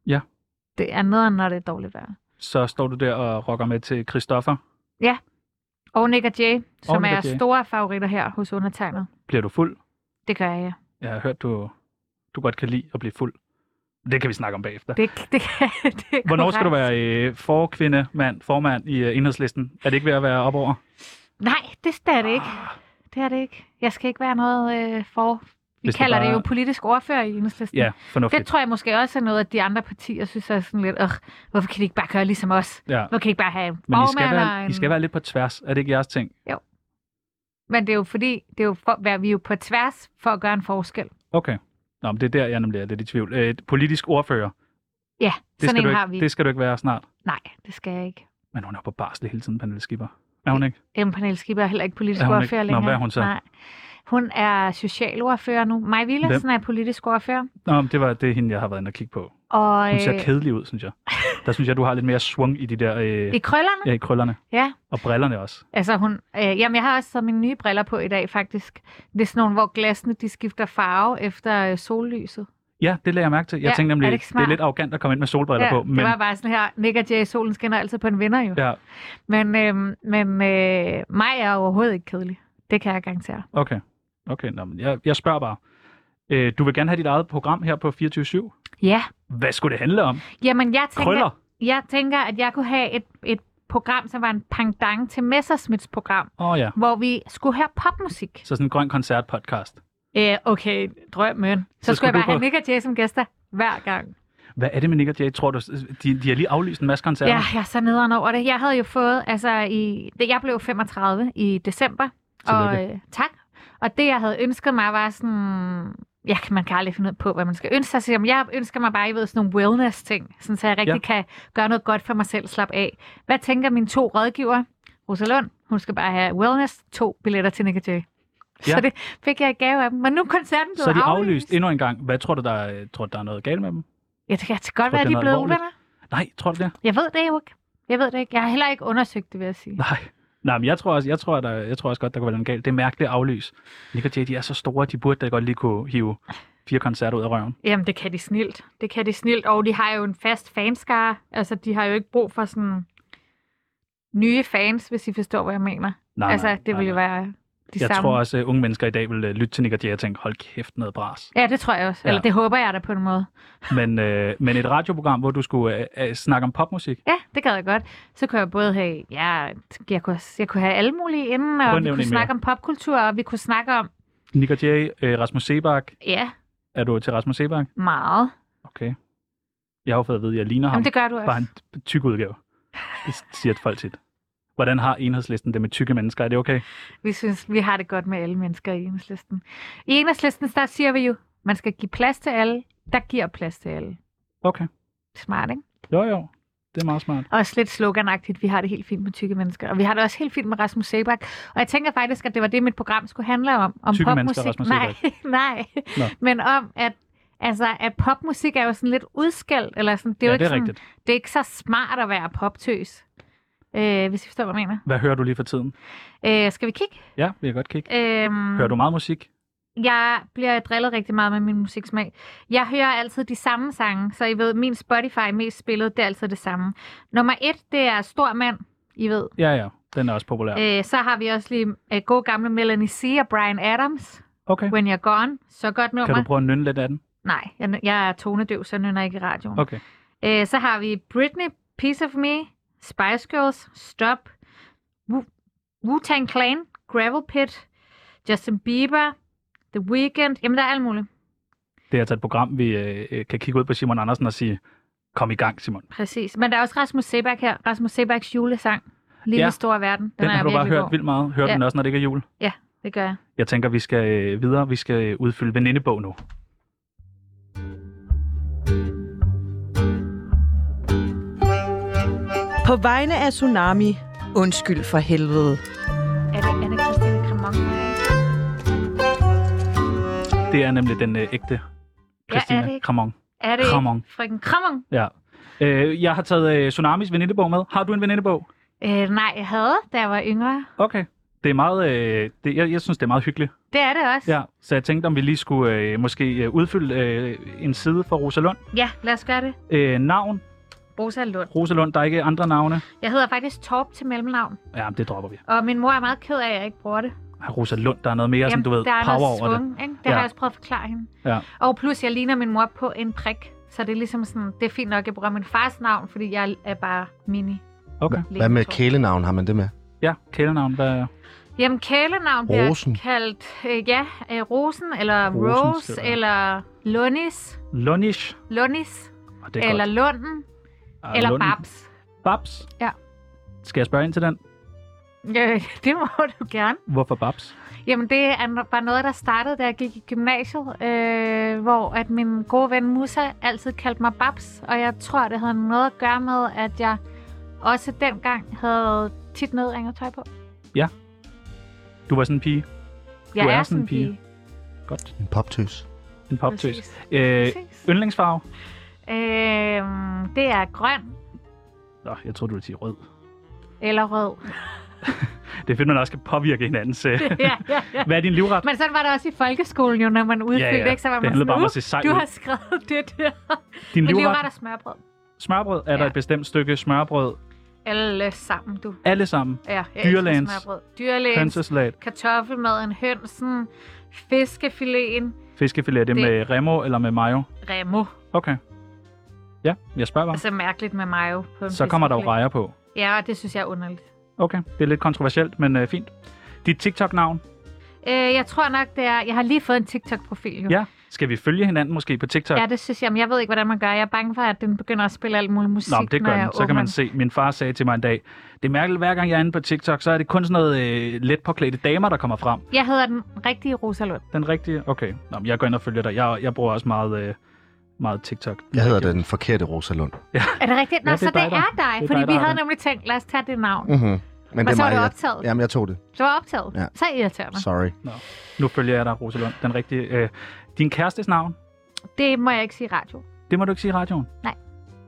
[SPEAKER 1] Ja.
[SPEAKER 2] Det er noget, når det er dårligt vejr.
[SPEAKER 1] Så står du der og rocker med til Christoffer.
[SPEAKER 2] Og Nick og Jay, som
[SPEAKER 1] Nick og
[SPEAKER 2] er
[SPEAKER 1] Jay.
[SPEAKER 2] store favoritter her hos undertegnet.
[SPEAKER 1] Bliver du fuld?
[SPEAKER 2] Det gør jeg, ja.
[SPEAKER 1] Jeg har hørt, du, du godt kan lide at blive fuld. Det kan vi snakke om bagefter.
[SPEAKER 2] Det, det, det er
[SPEAKER 1] Hvornår skal du
[SPEAKER 2] korrekt.
[SPEAKER 1] være øh, forkvinde, mand, formand i øh, enhedslisten? Er det ikke ved at være op over?
[SPEAKER 2] Nej, det er det ikke.
[SPEAKER 1] Ah.
[SPEAKER 2] Det er det ikke. Jeg skal ikke være noget øh, for... Vi
[SPEAKER 1] Hvis det
[SPEAKER 2] kalder det,
[SPEAKER 1] bare-
[SPEAKER 2] jo politisk ordfører i enhedslisten.
[SPEAKER 1] Ja,
[SPEAKER 2] Det
[SPEAKER 1] fornuftigt.
[SPEAKER 2] tror jeg måske også er noget, at de andre partier synes er sådan lidt, "Ugh, hvorfor kan de ikke bare gøre ligesom os?
[SPEAKER 1] Ja.
[SPEAKER 2] Hvorfor kan de ikke bare have en
[SPEAKER 1] Men I skal,
[SPEAKER 2] formand og
[SPEAKER 1] være, I
[SPEAKER 2] en-"
[SPEAKER 1] skal være lidt på tværs. Er det ikke jeres ting?
[SPEAKER 2] Men det er jo fordi, det er jo for, hvad- vi er jo på tværs for at gøre en forskel.
[SPEAKER 1] Okay. Nå, men det er der, jeg nemlig er lidt i tvivl. Øh, politisk ordfører,
[SPEAKER 2] Ja,
[SPEAKER 1] det
[SPEAKER 2] sådan
[SPEAKER 1] skal,
[SPEAKER 2] en
[SPEAKER 1] du
[SPEAKER 2] har vi.
[SPEAKER 1] ikke, det skal du ikke være snart.
[SPEAKER 2] Nej, det skal jeg ikke.
[SPEAKER 1] Men hun er på barsel hele tiden, Pernille Skipper. Er hun ikke?
[SPEAKER 2] Jamen, Pernille Skipper er heller ikke politisk
[SPEAKER 1] Er hun ikke?
[SPEAKER 2] ordfører
[SPEAKER 1] Nå,
[SPEAKER 2] længere.
[SPEAKER 1] hvad er hun så?
[SPEAKER 2] Nej. Hun er socialordfører nu. Maja Villersen er politisk ordfører.
[SPEAKER 1] Nå, men det var det, hende, jeg har været inde og kigge på.
[SPEAKER 2] Og
[SPEAKER 1] Hun ser
[SPEAKER 2] øh,
[SPEAKER 1] kedelig ud, synes jeg. Der synes jeg, du har lidt mere swung i de der øh,
[SPEAKER 2] i krøllerne,
[SPEAKER 1] ja, i krøllerne.
[SPEAKER 2] ja.
[SPEAKER 1] Og brillerne også.
[SPEAKER 2] Altså hun, øh, jamen jeg har også taget mine nye briller på i dag faktisk. Det er sådan nogle, hvor glassene de skifter farve efter øh, sollyset.
[SPEAKER 1] Ja, det lagde jeg mærke til. Jeg
[SPEAKER 2] Ja,
[SPEAKER 1] tænkte nemlig,
[SPEAKER 2] er det ikke
[SPEAKER 1] det, det er
[SPEAKER 2] smart?
[SPEAKER 1] lidt arrogant at komme ind med solbriller på. Men
[SPEAKER 2] Det var bare sådan her, Nick og Jay, solen skinner altid på en vinder jo.
[SPEAKER 1] ja,
[SPEAKER 2] Men, øh, men øh, mig er overhovedet ikke kedelig. Det kan jeg garantere.
[SPEAKER 1] Okay, okay. Nå, men jeg, jeg spørger bare. Øh, du vil gerne have dit eget program her på 24-7.
[SPEAKER 2] Ja,
[SPEAKER 1] Hvad skulle det handle om?
[SPEAKER 2] jamen jeg tænker,
[SPEAKER 1] Krøller?
[SPEAKER 2] jeg tænker at jeg kunne have et, et program, som var en pangdang til Messersmiths program,
[SPEAKER 1] Åh oh, ja,
[SPEAKER 2] hvor vi skulle høre popmusik.
[SPEAKER 1] så sådan en grøn koncertpodcast.
[SPEAKER 2] Øh, okay, drømmen. Så,
[SPEAKER 1] Så skulle
[SPEAKER 2] så skulle jeg bare
[SPEAKER 1] du på-
[SPEAKER 2] have Nick og Jay som gæster hver gang.
[SPEAKER 1] Hvad er det med Nick og Jay? Tror du, de, de har lige aflyst en masse koncerter?
[SPEAKER 2] Ja, jeg er så nederen over det. Jeg havde jo fået, altså i, det- jeg blev 35 i december. Og,
[SPEAKER 1] Tillykke.
[SPEAKER 2] øh, tak. Og det, jeg havde ønsket mig, var sådan... Ja, kan man kan aldrig finde ud på, hvad man skal ønske sig. Så Jamen, jeg ønsker mig bare, I ved, sådan nogle wellness-ting, sådan, så jeg rigtig
[SPEAKER 1] Ja.
[SPEAKER 2] ja. kan gøre noget godt for mig selv, slappe af. Hvad tænker mine to rådgiver? Rosalund, hun skal bare have wellness, to billetter til Nick Jay.
[SPEAKER 1] Ja.
[SPEAKER 2] Så det fik jeg i gave af dem. Men nu er koncerten blevet
[SPEAKER 1] så er de
[SPEAKER 2] aflyst.
[SPEAKER 1] aflyst endnu en gang. Hvad tror du, der, er- tror du, der er noget galt med dem?
[SPEAKER 2] Ja, det kan godt
[SPEAKER 1] Tror,
[SPEAKER 2] være,
[SPEAKER 1] det er
[SPEAKER 2] at de er
[SPEAKER 1] noget
[SPEAKER 2] blevet
[SPEAKER 1] alvorligt.
[SPEAKER 2] uvenner.
[SPEAKER 1] Nej, tror du det?
[SPEAKER 2] Jeg ved det jo ikke. Jeg ved det ikke. Jeg har heller ikke undersøgt det, vil jeg sige.
[SPEAKER 1] Nej. Nej, men jeg tror også, jeg tror, der, jeg tror også godt, der kunne være noget galt. Det er mærkeligt at aflyse. Nick og Jay, de er så store, de burde da godt lige kunne hive fire koncerter ud af røven.
[SPEAKER 2] Jamen, det kan de snilt. Det kan de snilt, og de har jo en fast fanskare. Altså, de har jo ikke brug for sådan nye fans, hvis I forstår, hvad jeg mener.
[SPEAKER 1] Nej,
[SPEAKER 2] altså,
[SPEAKER 1] nej,
[SPEAKER 2] det
[SPEAKER 1] nej,
[SPEAKER 2] ville jo
[SPEAKER 1] nej.
[SPEAKER 2] være de
[SPEAKER 1] Jeg
[SPEAKER 2] samme.
[SPEAKER 1] tror også, at unge mennesker i dag vil øh, lytte til Nick og Jay og tænke, hold kæft, noget bras.
[SPEAKER 2] Ja, det tror jeg også.
[SPEAKER 1] Ja.
[SPEAKER 2] Ja. Eller det håber jeg da på en måde.
[SPEAKER 1] Men, øh, men et radioprogram, hvor du skulle øh, øh, snakke om popmusik,
[SPEAKER 2] Ja, det gad jeg godt. Så kunne jeg både have, ja, jeg kunne, jeg kunne have alle mulige inden,
[SPEAKER 1] Prøv at
[SPEAKER 2] og vi
[SPEAKER 1] nævne
[SPEAKER 2] kunne
[SPEAKER 1] en
[SPEAKER 2] snakke om popkultur, og vi kunne snakke om,
[SPEAKER 1] Nick og Jay, øh, Rasmus Sebak.
[SPEAKER 2] ja,
[SPEAKER 1] Er du til Rasmus Sebak?
[SPEAKER 2] meget.
[SPEAKER 1] Okay. Jeg har jo fået at vide, at jeg ligner ham.
[SPEAKER 2] Jamen, det gør du også.
[SPEAKER 1] Bare en tyk udgave. Det siger folk tit. Hvordan har enhedslisten det med tykke mennesker? Er det okay?
[SPEAKER 2] Vi synes, vi har det godt med alle mennesker i enhedslisten. I enhedslisten, der siger vi jo, man skal give plads til alle, der giver plads til alle.
[SPEAKER 1] Okay.
[SPEAKER 2] Smart, ikke?
[SPEAKER 1] Jo, jo. Det er meget smart.
[SPEAKER 2] Også lidt sloganagtigt, vi har det helt fint med tykke mennesker. Og vi har det også helt fint med Rasmus Sebak. Og jeg tænker faktisk, at det var det, mit program skulle handle om. Om
[SPEAKER 1] Tykke mennesker
[SPEAKER 2] popmusik.
[SPEAKER 1] og Rasmus
[SPEAKER 2] nej, nej.
[SPEAKER 1] Nå.
[SPEAKER 2] Men om, at, altså, at popmusik er jo sådan lidt udskældt. Eller sådan, det
[SPEAKER 1] ja,
[SPEAKER 2] er jo ikke
[SPEAKER 1] det er
[SPEAKER 2] sådan,
[SPEAKER 1] rigtigt.
[SPEAKER 2] Det er ikke så smart at være poptøs. Øh, hvis I forstår, hvad jeg mener.
[SPEAKER 1] Hvad hører du lige for tiden?
[SPEAKER 2] Øh, skal vi kigge?
[SPEAKER 1] Ja, vil jeg godt kigge.
[SPEAKER 2] Øh,
[SPEAKER 1] Hører du meget musik?
[SPEAKER 2] Jeg bliver drillet rigtig meget med min musiksmag. Jeg hører altid de samme sange, så I ved, min Spotify mest spillet, det er altid det samme. Nummer et, det er Stor Mand, I ved.
[SPEAKER 1] Ja, ja. Den er også populær.
[SPEAKER 2] Ja. Øh, så har vi også lige øh, gode gamle Melanie C. og Brian Adams,
[SPEAKER 1] Okay.
[SPEAKER 2] When You're Gone. Så godt nummer.
[SPEAKER 1] Kan du prøve at nynne lidt af den?
[SPEAKER 2] Nej, jeg, jeg er tonedøv, så nynner jeg ikke i radioen.
[SPEAKER 1] Okay.
[SPEAKER 2] Øh, så har vi Britney, Piece of Me, Spice Girls, Stop, Wu- Wu-Tang Clan, Gravel Pit, Justin Bieber, The Weeknd. Jamen, der er alt muligt.
[SPEAKER 1] Det er altså et program, vi øh, øh, kan kigge ud på Simon Andersen og sige, kom i gang, Simon. Den,
[SPEAKER 2] Præcis. Men der er også Rasmus Sebak her. Rasmus Sebaks julesang. Lille
[SPEAKER 1] Ja.
[SPEAKER 2] ja. store verden. Den, er
[SPEAKER 1] har du bare
[SPEAKER 2] virkelig
[SPEAKER 1] hørt
[SPEAKER 2] god.
[SPEAKER 1] vildt meget. Hører ja.
[SPEAKER 2] Ja.
[SPEAKER 1] den også, når det ikke er jul?
[SPEAKER 2] Det gør jeg.
[SPEAKER 1] Jeg tænker, vi skal øh, videre. Vi skal øh, udfylde venindebog nu.
[SPEAKER 3] På vegne af Tsunami, undskyld for helvede.
[SPEAKER 2] Er det, er det Christine Cremon?
[SPEAKER 1] Det er nemlig den øh, ægte Christina
[SPEAKER 2] det
[SPEAKER 1] ja,
[SPEAKER 2] ikke?
[SPEAKER 1] Kramon.
[SPEAKER 2] Er det
[SPEAKER 1] Cremon.
[SPEAKER 2] ikke frøken Cremon?
[SPEAKER 1] Ja. Øh, jeg har taget øh, Tsunamis venindebog med. Har du en venindebog?
[SPEAKER 2] Øh, nej, jeg havde, da jeg var yngre.
[SPEAKER 1] Okay. Det er meget, øh, det, jeg, jeg synes, det er meget hyggeligt.
[SPEAKER 2] Det er det også.
[SPEAKER 1] Ja. Så jeg tænkte, om vi lige skulle øh, måske øh, udfylde øh, en side for Rosalund.
[SPEAKER 2] ja lad os gøre det.
[SPEAKER 1] Øh, navn.
[SPEAKER 2] Rosa Lund.
[SPEAKER 1] Rosalund, der er ikke andre navne.
[SPEAKER 2] Jeg hedder faktisk Torp til mellemnavn.
[SPEAKER 1] Ja, men det dropper vi.
[SPEAKER 2] Og min mor er meget ked af, at jeg ikke bruger det.
[SPEAKER 1] Ej, Rosalund, der er noget mere, som du ved,
[SPEAKER 2] der er
[SPEAKER 1] power
[SPEAKER 2] noget
[SPEAKER 1] over det.
[SPEAKER 2] svung, Ikke? Det
[SPEAKER 1] Ja.
[SPEAKER 2] ja. har jeg også prøvet at forklare hende.
[SPEAKER 1] Ja.
[SPEAKER 2] Og plus, jeg ligner min mor på en prik. Så det er ligesom sådan, det er fint nok, at jeg bruger min fars navn, fordi jeg er bare mini.
[SPEAKER 1] Okay.
[SPEAKER 4] Hvad med kælenavn har man det med?
[SPEAKER 1] Ja, kælenavn, hvad
[SPEAKER 2] Jamen, kælenavn bliver
[SPEAKER 4] Rosen.
[SPEAKER 2] kaldt, øh, ja, øh, Rosen, eller
[SPEAKER 1] Rosen,
[SPEAKER 2] Rose,
[SPEAKER 1] siger jeg.
[SPEAKER 2] eller Lunnis,
[SPEAKER 1] Lunnish.
[SPEAKER 2] Lunnis,
[SPEAKER 1] Oh, det er
[SPEAKER 2] eller
[SPEAKER 1] godt.
[SPEAKER 2] Lunden,
[SPEAKER 1] Ej,
[SPEAKER 2] eller
[SPEAKER 1] Lunden.
[SPEAKER 2] Babs.
[SPEAKER 1] Babs.
[SPEAKER 2] Ja.
[SPEAKER 1] Skal jeg spørge ind til den?
[SPEAKER 2] Øh, det må du gerne.
[SPEAKER 1] Hvorfor Babs?
[SPEAKER 2] Jamen, det er no- bare noget, der startede, da jeg gik i gymnasiet, øh, hvor at min gode ven Musa altid kaldte mig Babs, og jeg tror, det havde noget at gøre med, at jeg også dengang havde tit nedringet tøj på.
[SPEAKER 1] Du var sådan en pige.
[SPEAKER 2] Jeg
[SPEAKER 1] Du er
[SPEAKER 2] er
[SPEAKER 1] sådan
[SPEAKER 2] sådan
[SPEAKER 1] en
[SPEAKER 2] en
[SPEAKER 1] pige.
[SPEAKER 2] pige.
[SPEAKER 1] Godt.
[SPEAKER 4] En poptøs.
[SPEAKER 1] En poptøs.
[SPEAKER 2] Præcis.
[SPEAKER 1] Øh,
[SPEAKER 2] Præcis.
[SPEAKER 1] yndlingsfarve?
[SPEAKER 2] Øh, det er grøn
[SPEAKER 1] Nå, jeg tror du ville sige rød.
[SPEAKER 2] eller rød.
[SPEAKER 1] Det er fedt, man også kan påvirke hinandens... øh,
[SPEAKER 2] ja, ja, ja.
[SPEAKER 1] Hvad er din livret?
[SPEAKER 2] Men sådan var det også i folkeskolen jo, når man udfyldte,
[SPEAKER 1] Ja, ja.
[SPEAKER 2] ikke? Så var
[SPEAKER 1] Det
[SPEAKER 2] man
[SPEAKER 1] handlede
[SPEAKER 2] sådan,
[SPEAKER 1] bare om
[SPEAKER 2] "Uh,
[SPEAKER 1] at se sej
[SPEAKER 2] Du
[SPEAKER 1] ud."
[SPEAKER 2] har skrevet det der.
[SPEAKER 1] Din
[SPEAKER 2] Men
[SPEAKER 1] livret?
[SPEAKER 2] livret og smørbrød.
[SPEAKER 1] Smørbrød? Er der
[SPEAKER 2] Ja.
[SPEAKER 1] et bestemt stykke smørbrød?
[SPEAKER 2] Alle sammen, du.
[SPEAKER 1] Alle sammen.
[SPEAKER 2] Ja, jeg elsker
[SPEAKER 1] Dyrlægens.
[SPEAKER 2] smørbrød. Dyrlægens.
[SPEAKER 1] Hønsesalat,
[SPEAKER 2] Kartoffelmaden, hønsen, fiskefiléen,
[SPEAKER 1] fiskefilet, er det, det
[SPEAKER 2] Det-
[SPEAKER 1] med remo eller med mayo?
[SPEAKER 2] remo.
[SPEAKER 1] Okay. Ja, jeg spørger bare.
[SPEAKER 2] Altså mærkeligt med mayo på en
[SPEAKER 1] Så kommer der jo
[SPEAKER 2] Altså, fiskefilet.
[SPEAKER 1] rejer på.
[SPEAKER 2] Ja, og det synes jeg er underligt.
[SPEAKER 1] Okay, det er lidt kontroversielt, men øh, fint. Dit TikTok-navn?
[SPEAKER 2] Øh, jeg tror nok, det er... Jeg har lige fået en TikTok-profil, jo.
[SPEAKER 1] Ja. Skal vi følge hinanden måske på TikTok?
[SPEAKER 2] Ja, det synes jeg. Men jeg ved ikke, hvordan man gør. Jeg er bange for, at den begynder at spille alt muligt musik,
[SPEAKER 1] Nå, men det
[SPEAKER 2] når
[SPEAKER 1] gør
[SPEAKER 2] jeg
[SPEAKER 1] den. Så kan man
[SPEAKER 2] åbner
[SPEAKER 1] se. Min far sagde til mig en dag, det er mærkeligt, hver gang jeg er inde på TikTok, så er det kun sådan noget øh, let påklædte damer, der kommer frem.
[SPEAKER 2] den. Jeg hedder den rigtige Rosalund.
[SPEAKER 1] Den rigtige? Okay. Nå, men jeg går ind og følger dig. Jeg, jeg bruger også meget, øh, meget TikTok.
[SPEAKER 4] Jeg hedder den forkerte Rosalund.
[SPEAKER 2] Er det rigtigt? Nå,
[SPEAKER 1] Ja, det
[SPEAKER 2] så
[SPEAKER 1] er
[SPEAKER 2] det
[SPEAKER 1] dig, der-
[SPEAKER 2] er dig.
[SPEAKER 1] det er
[SPEAKER 2] fordi
[SPEAKER 1] dig, der
[SPEAKER 2] vi
[SPEAKER 1] har
[SPEAKER 2] havde
[SPEAKER 1] det.
[SPEAKER 2] nemlig tænkt, lad os tage det navn. Mm.
[SPEAKER 4] Mm-hmm. Men
[SPEAKER 2] Og så var du
[SPEAKER 4] jeg-
[SPEAKER 2] optaget.
[SPEAKER 4] Jamen, jeg tog det.
[SPEAKER 2] Du var optaget.
[SPEAKER 4] Ja.
[SPEAKER 2] Ja. Så irriterende.
[SPEAKER 4] Sorry.
[SPEAKER 1] Nu følger jeg dig, Rosalund. Den rigtige. Øh, din kærestes navn,
[SPEAKER 2] Det må jeg ikke sige i radio.
[SPEAKER 1] det må du ikke sige i radioen.
[SPEAKER 2] Nej.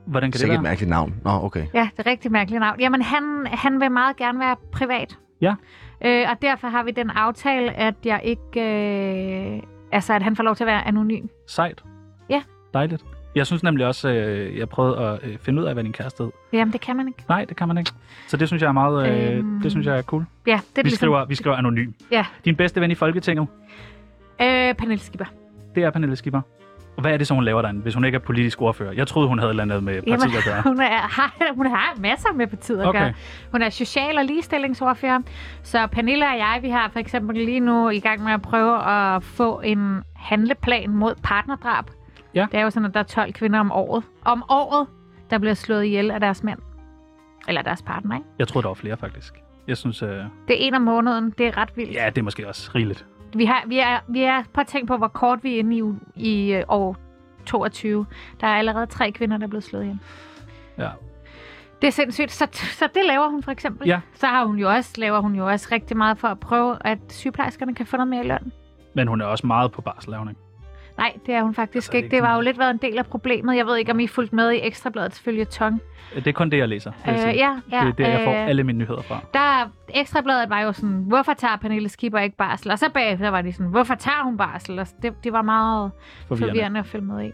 [SPEAKER 1] Hvordan kan
[SPEAKER 4] Det er ikke
[SPEAKER 1] det
[SPEAKER 4] et
[SPEAKER 1] være?
[SPEAKER 4] mærkeligt navn. Nå, okay.
[SPEAKER 2] Ja, det er rigtig mærkeligt navn. Jamen, han, han vil meget gerne være privat.
[SPEAKER 1] Ja.
[SPEAKER 2] Øh, og derfor har vi den aftale, at jeg ikke... Øh, Altså, at han får lov til at være anonym.
[SPEAKER 1] Sejt.
[SPEAKER 2] Ja.
[SPEAKER 1] Dejligt. Jeg synes nemlig også, øh, jeg prøvede at øh, finde ud af, hvad din kæreste hed.
[SPEAKER 2] Jamen, det kan man ikke.
[SPEAKER 1] Nej, det kan man ikke. Så det synes jeg er meget, øh,
[SPEAKER 2] Øhm,
[SPEAKER 1] det synes jeg er cool.
[SPEAKER 2] Ja, det er
[SPEAKER 1] Vi
[SPEAKER 2] ligesom...
[SPEAKER 1] skriver, vi skriver anonym.
[SPEAKER 2] Ja.
[SPEAKER 1] Din bedste ven i Folketinget,
[SPEAKER 2] Øh, Pernille Skipper.
[SPEAKER 1] det er Pernille Skipper. Og hvad er det så, hun laver derinde, hvis hun ikke er politisk ordfører? Jeg troede, hun havde et eller andet med partiet at gøre.
[SPEAKER 2] Hun, er, har, hun har masser med partiet at
[SPEAKER 1] Okay.
[SPEAKER 2] gøre. Hun er social- og ligestillingsordfører. Så Pernille og jeg, vi har for eksempel lige nu i gang med at prøve at få en handleplan mod partnerdrab.
[SPEAKER 1] Ja.
[SPEAKER 2] Det er jo sådan, at der er 12 kvinder om året, om året der bliver slået ihjel af deres mænd. Eller deres partner, ikke?
[SPEAKER 1] Jeg troede, der var flere, faktisk. Jeg synes, øh,
[SPEAKER 2] Det er en om måneden. Det er ret vildt.
[SPEAKER 1] ja, det er måske også rigeligt.
[SPEAKER 2] Vi, har, vi, er, vi er, prøv at tænke på, hvor kort vi er inde i, u- i øh, år 22. Der er allerede tre kvinder, der er blevet slået ihjel.
[SPEAKER 1] Ja.
[SPEAKER 2] Det er sindssygt. Så, så det laver hun for eksempel.
[SPEAKER 1] Ja.
[SPEAKER 2] Så har hun jo også, laver hun jo også rigtig meget for at prøve, at sygeplejerskerne kan få noget mere i løn.
[SPEAKER 1] Men hun er også meget på barsel, er hun ikke?
[SPEAKER 2] Nej, det er hun faktisk
[SPEAKER 1] Altså, det er
[SPEAKER 2] ikke.
[SPEAKER 1] ikke
[SPEAKER 2] Det var
[SPEAKER 1] sådan-
[SPEAKER 2] jo lidt været en del af problemet. Jeg ved ikke, om I fulgte med i Ekstrabladets følgetong.
[SPEAKER 1] Det er kun det, jeg læser. vil jeg
[SPEAKER 2] Øh,
[SPEAKER 1] sige.
[SPEAKER 2] ja, ja.
[SPEAKER 1] det er der, jeg får
[SPEAKER 2] øh,
[SPEAKER 1] alle mine nyheder fra.
[SPEAKER 2] der ekstrabladet var jo sådan, hvorfor tager Pernille Skipper ikke barsel? Og så bagefter var de sådan, hvorfor tager hun barsel? Og det, det var meget
[SPEAKER 1] Forvirrende.
[SPEAKER 2] forvirrende. forvirrende at følge med i.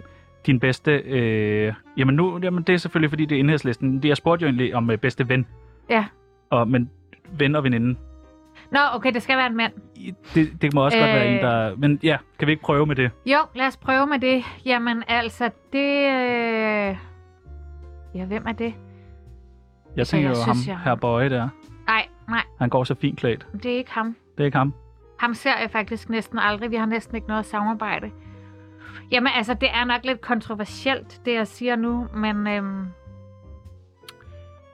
[SPEAKER 1] Din bedste... Øh, jamen, nu, jamen, det er selvfølgelig, fordi det er enhedslisten. Jeg spurgte jo egentlig om øh, bedste ven.
[SPEAKER 2] Ja.
[SPEAKER 1] Og, men ven og veninde,
[SPEAKER 2] Nå, okay, det skal være en mand.
[SPEAKER 1] I- det, det må også øh... godt være en,
[SPEAKER 2] Øh.
[SPEAKER 1] der... Men ja, kan vi ikke prøve med det?
[SPEAKER 2] Jo, lad os prøve med det. Jamen altså, det... Øh... Ja, hvem er det?
[SPEAKER 1] Jeg tænker
[SPEAKER 2] jeg
[SPEAKER 1] jo ham,
[SPEAKER 2] synes, jeg-
[SPEAKER 1] her Bøje der.
[SPEAKER 2] Nej, nej,
[SPEAKER 1] Han går så fint klædt.
[SPEAKER 2] det er ikke ham.
[SPEAKER 1] Det er ikke ham.
[SPEAKER 2] Ham ser jeg faktisk næsten aldrig. Vi har næsten ikke noget samarbejde. Jamen altså, det er nok lidt kontroversielt, det jeg siger nu, men... Øhm...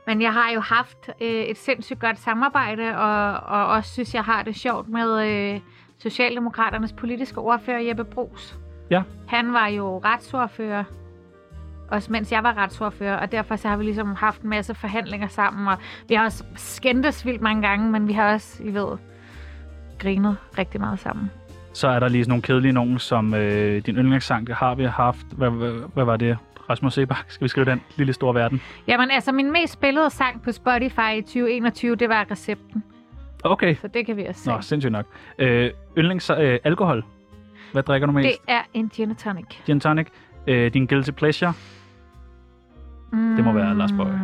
[SPEAKER 2] Men jeg har jo haft øh, et sindssygt godt samarbejde, og, og også synes, jeg har det sjovt med øh, Socialdemokraternes politiske ordfører Jeppe Brugs.
[SPEAKER 1] Ja.
[SPEAKER 2] Han var jo retsordfører, også mens jeg var retsordfører, og derfor så har vi ligesom haft en masse forhandlinger sammen, og vi har også skændtes vildt mange gange, men vi har også, I ved, grinet rigtig meget sammen.
[SPEAKER 1] Så er der lige sådan nogle kedelige nogen, som øh, din yndlingssang, det har vi haft. Hvad, hvad, hvad var det? Rasmus Sebak, skal vi skrive den? Lille store verden.
[SPEAKER 2] Jamen altså, min mest spillede sang på Spotify i 2021, det var Recepten,
[SPEAKER 1] Okay.
[SPEAKER 2] så det kan vi også se.
[SPEAKER 1] Nå, sindssygt nok. Øh, yndlings øh, alkohol. Hvad drikker du mest?
[SPEAKER 2] det er en gin and tonic.
[SPEAKER 1] Gin tonic. Øh, din guilty pleasure.
[SPEAKER 2] Mm,
[SPEAKER 1] må være Lars Boje.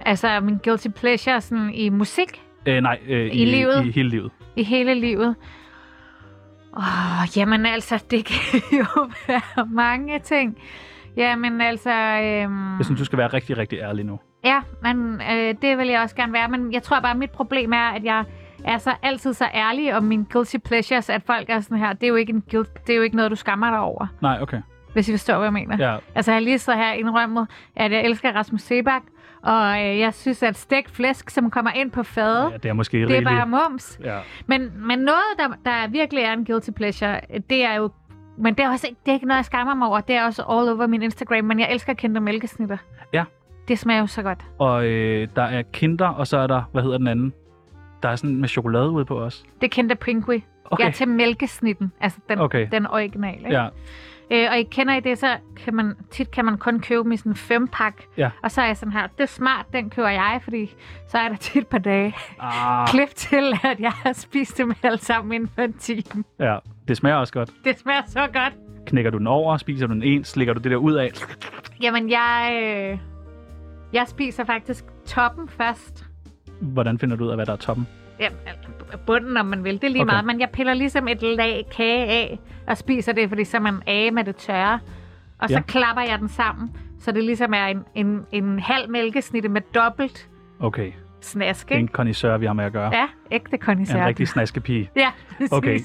[SPEAKER 2] Altså, min guilty pleasure sådan i musik
[SPEAKER 1] Øh, nej, øh,
[SPEAKER 2] I livet?
[SPEAKER 1] I hele livet.
[SPEAKER 2] i hele livet. Åh, oh, jamen altså, det kan jo være mange ting. Jamen altså... Øhm...
[SPEAKER 1] Jeg synes, du skal være rigtig, rigtig ærlig nu.
[SPEAKER 2] Ja, men øh, det vil jeg også gerne være. Men jeg tror bare, at mit problem er, at jeg er så altid så ærlig om mine guilty pleasures, at folk er sådan her, det er jo ikke, en guilt, det er jo ikke noget, du skammer dig over,
[SPEAKER 1] Nej, okay.
[SPEAKER 2] hvis I forstår, hvad jeg mener.
[SPEAKER 1] Ja,
[SPEAKER 2] Altså, jeg har lige så her indrømmet, at jeg elsker Rasmus Sebak, og øh, jeg synes, at stegt flæsk, som kommer ind på fadet,
[SPEAKER 1] ja det er måske
[SPEAKER 2] det er
[SPEAKER 1] rigeligt.
[SPEAKER 2] bare mums.
[SPEAKER 1] Ja.
[SPEAKER 2] Men, men noget, der, der virkelig er en guilty pleasure, det er jo men det er, også ikke, det er ikke noget, jeg skammer mig over. Det er også all over min Instagram, men jeg elsker kendte mælkesnitter.
[SPEAKER 1] Ja.
[SPEAKER 2] Det smager jo så godt.
[SPEAKER 1] Og øh, der er kinder, og så er der, hvad hedder den anden? Der er sådan med chokolade ude på os.
[SPEAKER 2] Det kendte Pinguin. Okay. Jeg er til mælkesnitten, altså den, okay.
[SPEAKER 1] okay.
[SPEAKER 2] den originale. Ikke?
[SPEAKER 1] Ja,
[SPEAKER 2] Øh, og I kender I det, så kan man, tit kan man kun købe dem i sådan en fempak.
[SPEAKER 1] Ja.
[SPEAKER 2] Og så er jeg sådan her, det er smart, den køber jeg, fordi så er der tit et par dage.
[SPEAKER 1] ah,
[SPEAKER 2] Ah. Klip til, at jeg har spist dem alle sammen inden for en time.
[SPEAKER 1] ja. Det smager også godt.
[SPEAKER 2] Det smager så godt.
[SPEAKER 1] Knækker du den over, spiser du den en, slikker du det der ud af.
[SPEAKER 2] Jamen, jeg, øh, jeg spiser faktisk toppen først.
[SPEAKER 1] Hvordan finder du ud af, hvad der er toppen?
[SPEAKER 2] Jamen, altså, bunden, om man vil. Det er lige
[SPEAKER 1] Okay.
[SPEAKER 2] okay. meget. Men jeg piller ligesom et lag kage af og spiser det, fordi så er man af med det tørre. Og så
[SPEAKER 1] Ja.
[SPEAKER 2] klapper jeg den sammen, så det ligesom er en, en, en halv mælkesnitte med dobbelt
[SPEAKER 1] Okay,
[SPEAKER 2] snask,
[SPEAKER 1] det er en
[SPEAKER 2] ikke?
[SPEAKER 1] connoisseur, vi har med at gøre.
[SPEAKER 2] Ja, ægte
[SPEAKER 1] Er en
[SPEAKER 2] konisær.
[SPEAKER 1] rigtig snaskepige.
[SPEAKER 2] Ja, præcis.
[SPEAKER 1] Okay.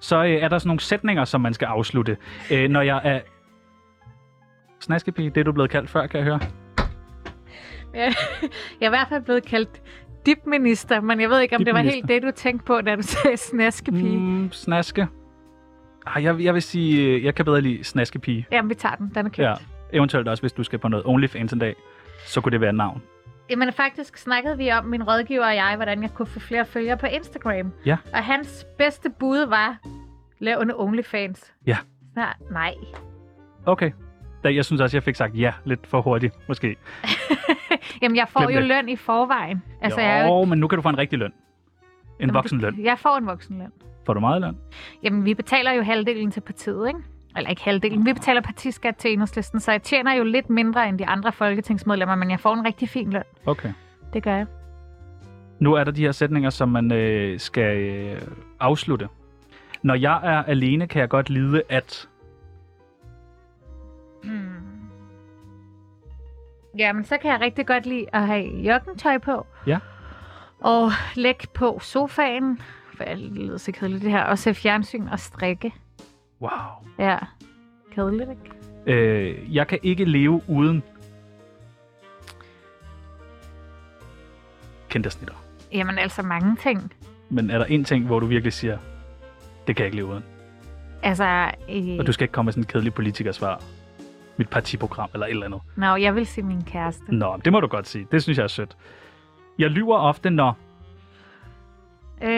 [SPEAKER 1] Så øh, er der sådan nogle sætninger, som man skal afslutte. Øh, når jeg er... Snaskepige, det er du blevet kaldt før, kan jeg høre.
[SPEAKER 2] Ja. Jeg er i hvert fald blevet kaldt dipminister, men jeg ved ikke, om det var helt
[SPEAKER 1] Dipminister.
[SPEAKER 2] det, du tænkte på, da du sagde snaskepige. Mm.
[SPEAKER 1] Mm, snaske. Ah, jeg, jeg vil sige, øh, jeg kan bedre lide snaskepige.
[SPEAKER 2] Jamen, vi tager den. Den er købt.
[SPEAKER 1] Ja. Eventuelt også, hvis du skal på noget OnlyFans en dag, så kunne det være et navn.
[SPEAKER 2] Jamen faktisk snakkede vi om, min rådgiver og jeg, hvordan jeg kunne få flere følgere på Instagram.
[SPEAKER 1] Ja.
[SPEAKER 2] Og hans bedste bud var, lav en OnlyFans.
[SPEAKER 1] Ja.
[SPEAKER 2] Nej, nej.
[SPEAKER 1] Okay. Da, jeg synes også, jeg fik sagt ja lidt for hurtigt, måske.
[SPEAKER 2] Jamen jeg får
[SPEAKER 1] Glem
[SPEAKER 2] jo
[SPEAKER 1] det.
[SPEAKER 2] løn i forvejen.
[SPEAKER 1] Altså,
[SPEAKER 2] jeg er
[SPEAKER 1] jo, men nu kan du få en rigtig løn. En
[SPEAKER 2] Jamen,
[SPEAKER 1] voksenløn.
[SPEAKER 2] Jeg får en voksenløn.
[SPEAKER 1] Får du meget i løn?
[SPEAKER 2] Jamen, vi betaler jo halvdelen til partiet, ikke? Eller ikke halvdelen. Vi betaler partiskat til enhedslisten, så jeg tjener jo lidt mindre end de andre folketingsmedlemmer, men jeg får en rigtig fin løn.
[SPEAKER 1] Okay.
[SPEAKER 2] Det gør jeg.
[SPEAKER 1] Nu er der de her sætninger, som man øh, skal øh, afslutte. Når jeg er alene, kan jeg godt lide, at...
[SPEAKER 2] Mm. Jamen, så kan jeg rigtig godt lide at have joggentøj på.
[SPEAKER 1] Ja.
[SPEAKER 2] Og lægge på sofaen. For jeg lyder så kedeligt det her. Og se fjernsyn og strikke.
[SPEAKER 1] Wow.
[SPEAKER 2] Ja. Kedeligt, ikke?
[SPEAKER 1] Øh, jeg kan ikke leve uden... Kindersnitter.
[SPEAKER 2] Jamen, altså mange ting.
[SPEAKER 1] Men er der en ting, hvor du virkelig siger, det kan jeg ikke leve uden?
[SPEAKER 2] Altså, øh,
[SPEAKER 1] Og du skal ikke komme med sådan et kedeligt politikersvar. Mit partiprogram eller et eller andet.
[SPEAKER 2] nå, jeg vil sige min kæreste.
[SPEAKER 1] Nå, det må du godt sige. Det synes jeg er sødt. Jeg lyver ofte, når...
[SPEAKER 2] Øh,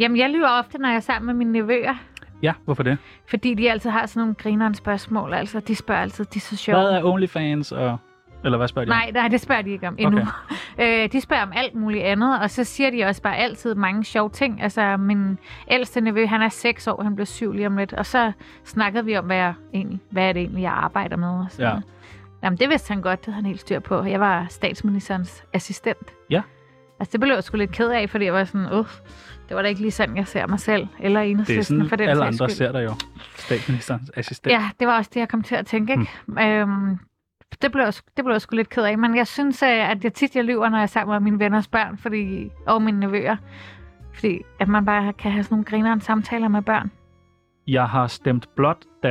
[SPEAKER 2] jamen, jeg lyver ofte, når jeg er sammen med mine nevøer.
[SPEAKER 1] Ja, hvorfor det?
[SPEAKER 2] Fordi de altid har sådan nogle grinerende spørgsmål. Altså, de spørger altid, de er så sjove.
[SPEAKER 1] Hvad er OnlyFans og... Eller hvad spørger de om?
[SPEAKER 2] Nej, nej, det spørger de ikke om endnu. Okay. Øh, de spørger om alt muligt andet, og så siger de også bare altid mange sjove ting. Altså, min ældste nevø, han er 6 år, han bliver 7 lige om lidt, og så snakkede vi om, hvad, jeg egentlig, hvad er det egentlig, jeg arbejder med. Og sådan
[SPEAKER 1] Ja.
[SPEAKER 2] noget. Jamen, det vidste han godt, det havde han helt styr på. Jeg var statsministerens assistent.
[SPEAKER 1] Ja.
[SPEAKER 2] Altså, det blev jeg sgu lidt ked af, fordi jeg var sådan, uff, det var da ikke lige sådan, jeg ser mig selv, eller
[SPEAKER 1] Det er
[SPEAKER 2] enhedslisten
[SPEAKER 1] sådan,
[SPEAKER 2] for den
[SPEAKER 1] alle
[SPEAKER 2] sags
[SPEAKER 1] andre
[SPEAKER 2] skyld.
[SPEAKER 1] ser dig jo. Statsministerens assistent.
[SPEAKER 2] Ja, det var også det, jeg kom til at tænke. Ikke? Mm. Øhm, det blev, jeg sgu- det blev jeg sgu lidt ked af, men jeg synes, øh, at jeg tit jeg lyver, når jeg er sammen med mine venners børn fordi, og mine nevøer. Fordi at man bare kan have sådan nogle grinerende samtaler med børn.
[SPEAKER 1] Jeg har stemt blot, da...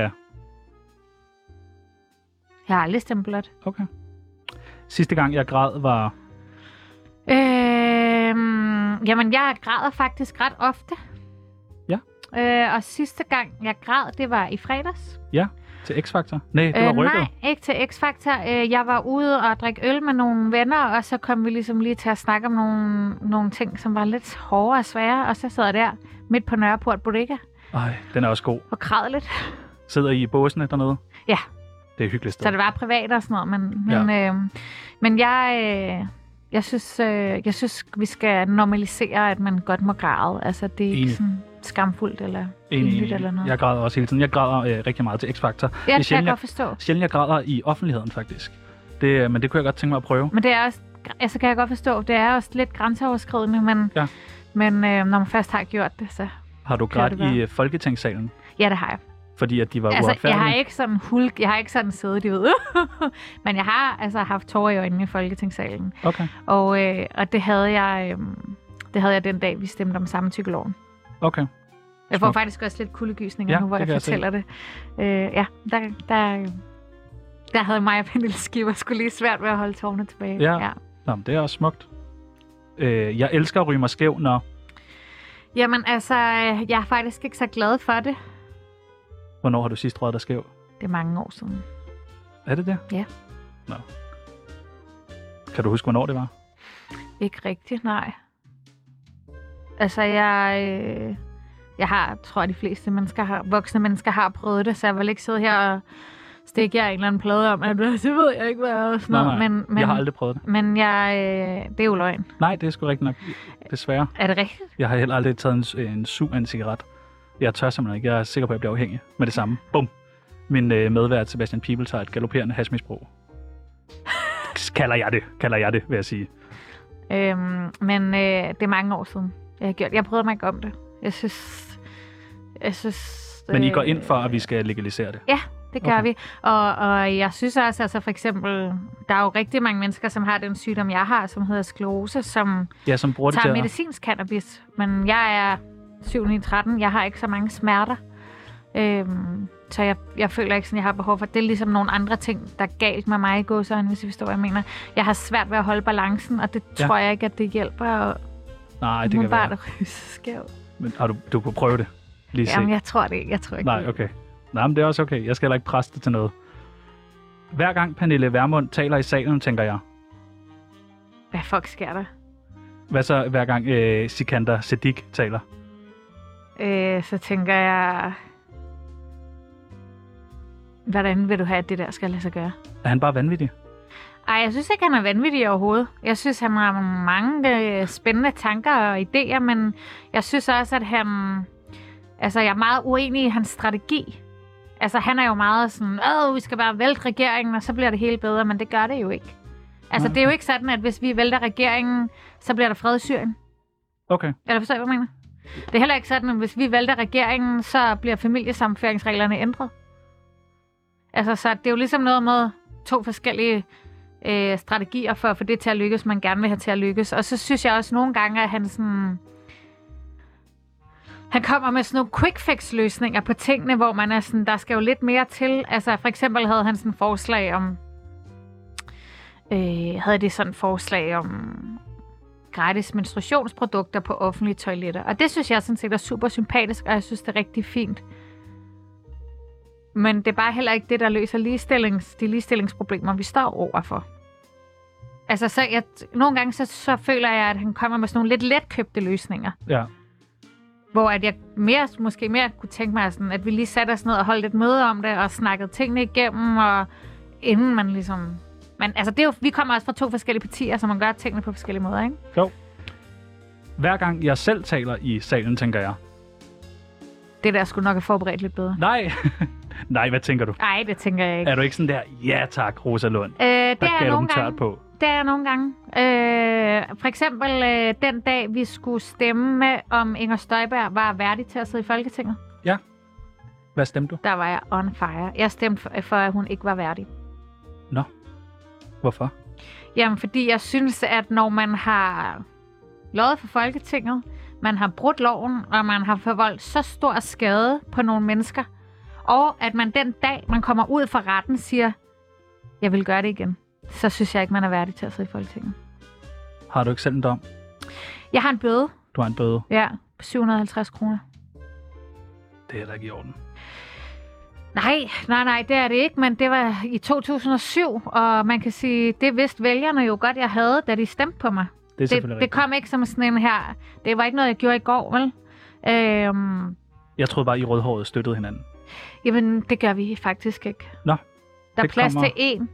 [SPEAKER 2] Jeg har aldrig stemt blot.
[SPEAKER 1] Okay. Sidste gang, jeg græd, var...
[SPEAKER 2] Øhm, jamen, jeg græder faktisk ret ofte.
[SPEAKER 1] Ja.
[SPEAKER 2] Øh, og sidste gang, jeg græd, det var i fredags.
[SPEAKER 1] Til X-Factor? Nej, det var
[SPEAKER 2] Øh,
[SPEAKER 1] rykket.
[SPEAKER 2] nej, ikke til X-Factor. Øh, jeg var ude og drikke øl med nogle venner, og så kom vi ligesom lige til at snakke om nogle, nogle ting, som var lidt hårde og svære. Og så sad jeg der midt på Nørreport Bodega
[SPEAKER 1] Ej, den er også god.
[SPEAKER 2] og græd lidt.
[SPEAKER 1] Sidder I i båsene dernede?
[SPEAKER 2] Ja.
[SPEAKER 1] Det er et hyggeligt sted.
[SPEAKER 2] Så det var privat og sådan noget, men, men, ja. øh, men jeg, øh, jeg, synes, øh, jeg synes, vi skal normalisere, at man godt må græde. Altså, det er ikke
[SPEAKER 1] Enig.
[SPEAKER 2] sådan skamfuldt eller
[SPEAKER 1] Enig,
[SPEAKER 2] pinligt eller noget.
[SPEAKER 1] Jeg græder også hele tiden. Jeg græder øh, rigtig meget til X-Factor.
[SPEAKER 2] ja,
[SPEAKER 1] er
[SPEAKER 2] det kan jeg
[SPEAKER 1] sjældent,
[SPEAKER 2] godt forstå.
[SPEAKER 1] Sjældent, jeg græder i offentligheden, faktisk. Det, øh, men det kunne jeg godt tænke mig at prøve.
[SPEAKER 2] Men det er også, altså kan jeg godt forstå, det er også lidt grænseoverskridende, men,
[SPEAKER 1] Ja.
[SPEAKER 2] men øh, når man først har gjort det, så...
[SPEAKER 1] Har du
[SPEAKER 2] Kan
[SPEAKER 1] grædt
[SPEAKER 2] det
[SPEAKER 1] i øh, Folketingssalen,
[SPEAKER 2] Ja, det har jeg.
[SPEAKER 1] fordi at de var
[SPEAKER 2] Altså, jeg
[SPEAKER 1] uretfærdige?
[SPEAKER 2] har ikke sådan hulk, jeg har ikke sådan siddet, de ved. men jeg har altså haft tårer i øjnene i Folketingssalen.
[SPEAKER 1] Okay,
[SPEAKER 2] Og, øh, og det, havde jeg, øh, det havde jeg den dag, vi stemte om samtykkeloven.
[SPEAKER 1] okay.
[SPEAKER 2] Jeg får
[SPEAKER 1] Smukt.
[SPEAKER 2] faktisk også lidt kuldegysninger
[SPEAKER 1] Ja,
[SPEAKER 2] ja, nu, hvor
[SPEAKER 1] det
[SPEAKER 2] jeg
[SPEAKER 1] kan jeg se.
[SPEAKER 2] fortæller det. Øh, ja, der, der, øh, der havde mig og Pernille Skipper skulle lige svært ved at holde tårerne tilbage.
[SPEAKER 1] Ja. Nå, men det er også smukt. Øh, jeg elsker at ryge mig skæv, når...
[SPEAKER 2] Jamen altså, øh, jeg er faktisk ikke så glad for det.
[SPEAKER 1] Hvornår har du sidst røget dig skæv?
[SPEAKER 2] Det er mange år siden.
[SPEAKER 1] Er det det?
[SPEAKER 2] Ja.
[SPEAKER 1] Nå. Kan du huske, hvornår det var?
[SPEAKER 2] Ikke rigtigt, nej. Altså, jeg, øh, jeg har, tror, de fleste mennesker har, voksne mennesker har prøvet det, så jeg vil ikke sidde her og stikke jer en eller anden plade om, at "Øh, det ved jeg ikke, hvad er og sådan
[SPEAKER 1] Nej,
[SPEAKER 2] noget.
[SPEAKER 1] nej.
[SPEAKER 2] Men,
[SPEAKER 1] Men...
[SPEAKER 2] men,
[SPEAKER 1] Jeg har aldrig prøvet det.
[SPEAKER 2] men jeg, øh, det er jo løgn.
[SPEAKER 1] Nej, det er sgu rigtigt nok. Desværre.
[SPEAKER 2] Er det rigtigt?
[SPEAKER 1] Jeg har heller aldrig taget en, en sug af en cigaret. Jeg tør simpelthen ikke. Jeg er sikker på, at jeg bliver afhængig med det samme. Bum. Min øh, medvært Sebastian Peebles har et galopperende hashmisbrug. kalder jeg det, kalder jeg det, vil jeg sige.
[SPEAKER 2] Øhm, men øh, det er mange år siden, jeg har gjort det. Jeg bryder mig ikke om det. Jeg synes... Jeg synes
[SPEAKER 1] Men I går
[SPEAKER 2] øh,
[SPEAKER 1] ind for, at vi skal legalisere det.
[SPEAKER 2] Det
[SPEAKER 1] Okay.
[SPEAKER 2] gør okay. vi. Og, og jeg synes også, altså for eksempel, der er jo rigtig mange mennesker, som har den sygdom, jeg har, som hedder sklerose, som
[SPEAKER 1] Ja, som bruger det til
[SPEAKER 2] tager
[SPEAKER 1] at...
[SPEAKER 2] medicinsk cannabis. Men jeg er 7 i 13, jeg har ikke så mange smerter. Øhm, så jeg, jeg føler ikke, sådan, jeg har behov for. Det er ligesom nogle andre ting, der er galt med mig i gåsøjne, hvis I forstår, hvad jeg mener. Jeg har svært ved at holde balancen, og det
[SPEAKER 1] Ja.
[SPEAKER 2] ja. tror jeg ikke, at det hjælper. Og
[SPEAKER 1] Nej, det
[SPEAKER 2] det
[SPEAKER 1] kan være.
[SPEAKER 2] at ryge skævt.
[SPEAKER 1] Men, har du, du kunne prøve det. Lige se.
[SPEAKER 2] Jamen, jeg tror det ikke. Jeg tror ikke
[SPEAKER 1] Nej,
[SPEAKER 2] det.
[SPEAKER 1] okay. Nej, men det er også okay. Jeg skal heller ikke presse det til noget. Hver gang Pernille Vermund taler i salen, tænker jeg.
[SPEAKER 2] Hvad fuck sker der?
[SPEAKER 1] Hvad så hver gang øh, Sikander Sedik taler?
[SPEAKER 2] Øh, så tænker jeg, hvordan vil du have, at det der skal lade sig gøre?
[SPEAKER 1] Er han bare vanvittig?
[SPEAKER 2] Ej, jeg synes ikke, han er vanvittig overhovedet. Jeg synes, han har mange øh, spændende tanker og idéer, men jeg synes også, at han... Altså, jeg er meget uenig i hans strategi. Altså, han er jo meget sådan, Åh, vi skal bare vælte regeringen, og så bliver det hele bedre, men det gør det jo ikke. Altså,
[SPEAKER 1] Nej.
[SPEAKER 2] det er jo ikke sådan, at hvis vi vælter regeringen, så bliver der fred i Syrien.
[SPEAKER 1] Okay.
[SPEAKER 2] Eller forstår I, hvad jeg mener? Det er heller ikke sådan, at hvis vi vælter regeringen, så bliver familiesammenføringsreglerne ændret. Altså, så det er jo ligesom noget med to forskellige øh, strategier for at få det til at lykkes, man gerne vil have til at lykkes. Og så synes jeg også nogle gange, at han sådan... Han kommer med sådan nogle quick fix løsninger på tingene, hvor man er sådan, der skal jo lidt mere til. Altså for eksempel havde han sådan et forslag om, øh, havde de sådan et forslag om gratis menstruationsprodukter på offentlige toiletter. Og det synes jeg sådan set er super sympatisk, og jeg synes, det er rigtig fint. Men det er bare heller ikke det, der løser ligestillings, de ligestillingsproblemer, vi står overfor. Altså, så jeg, nogle gange så, så føler jeg, at han kommer med sådan nogle lidt letkøbte løsninger.
[SPEAKER 1] Ja.
[SPEAKER 2] Hvor at jeg mere, måske mere kunne tænke mig, sådan, at vi lige satte os ned og holdt et møde om det, og snakkede tingene igennem, og inden man ligesom... Men altså, det er jo, vi kommer også fra to forskellige partier, så man gør tingene på forskellige måder, ikke?
[SPEAKER 1] Hver gang jeg selv taler i salen, tænker jeg,
[SPEAKER 2] Det der skulle nok have forberedt lidt bedre.
[SPEAKER 1] nej, nej, hvad tænker du?
[SPEAKER 2] Nej, det tænker jeg ikke.
[SPEAKER 1] Er du ikke sådan der, ja tak, Rosa Lund?
[SPEAKER 2] Øh, det,
[SPEAKER 1] Der
[SPEAKER 2] er
[SPEAKER 1] gav du den
[SPEAKER 2] nogle
[SPEAKER 1] tørt
[SPEAKER 2] gange,
[SPEAKER 1] på.
[SPEAKER 2] det er jeg nogle gange. Øh, for eksempel øh, den dag, vi skulle stemme, om Inger Støjberg var værdig til at sidde i Folketinget.
[SPEAKER 1] Hvad stemte du?
[SPEAKER 2] Der var jeg on fire. Jeg stemte for, for at hun ikke var værdig.
[SPEAKER 1] Hvorfor?
[SPEAKER 2] Jamen, fordi jeg synes, at når man har lovet for Folketinget, man har brudt loven, og man har forvoldt så stor skade på nogle mennesker, og at man den dag, man kommer ud fra retten, siger, jeg vil gøre det igen, så synes jeg ikke, man er værdig til at sidde i Folketinget.
[SPEAKER 1] Har du ikke selv en dom?
[SPEAKER 2] Jeg har en bøde,
[SPEAKER 1] Du har en bøde.
[SPEAKER 2] ja, på 750 kroner.
[SPEAKER 1] Det er heller ikke i orden.
[SPEAKER 2] Nej, nej, nej, det er det ikke, men det var i 2007, og man kan sige, det vidste vælgerne jo godt, jeg havde, da de stemte på mig.
[SPEAKER 1] Det er
[SPEAKER 2] Det,
[SPEAKER 1] selvfølgelig
[SPEAKER 2] det,
[SPEAKER 1] rigtigt.
[SPEAKER 2] kom ikke som sådan en her, det var ikke noget, jeg gjorde i går, vel? Øhm,
[SPEAKER 1] Jeg troede bare, I rødhåret støttede hinanden.
[SPEAKER 2] jamen, det gør vi faktisk ikke.
[SPEAKER 1] Nå,
[SPEAKER 2] Der er
[SPEAKER 1] det
[SPEAKER 2] plads
[SPEAKER 1] kommer-
[SPEAKER 2] til én.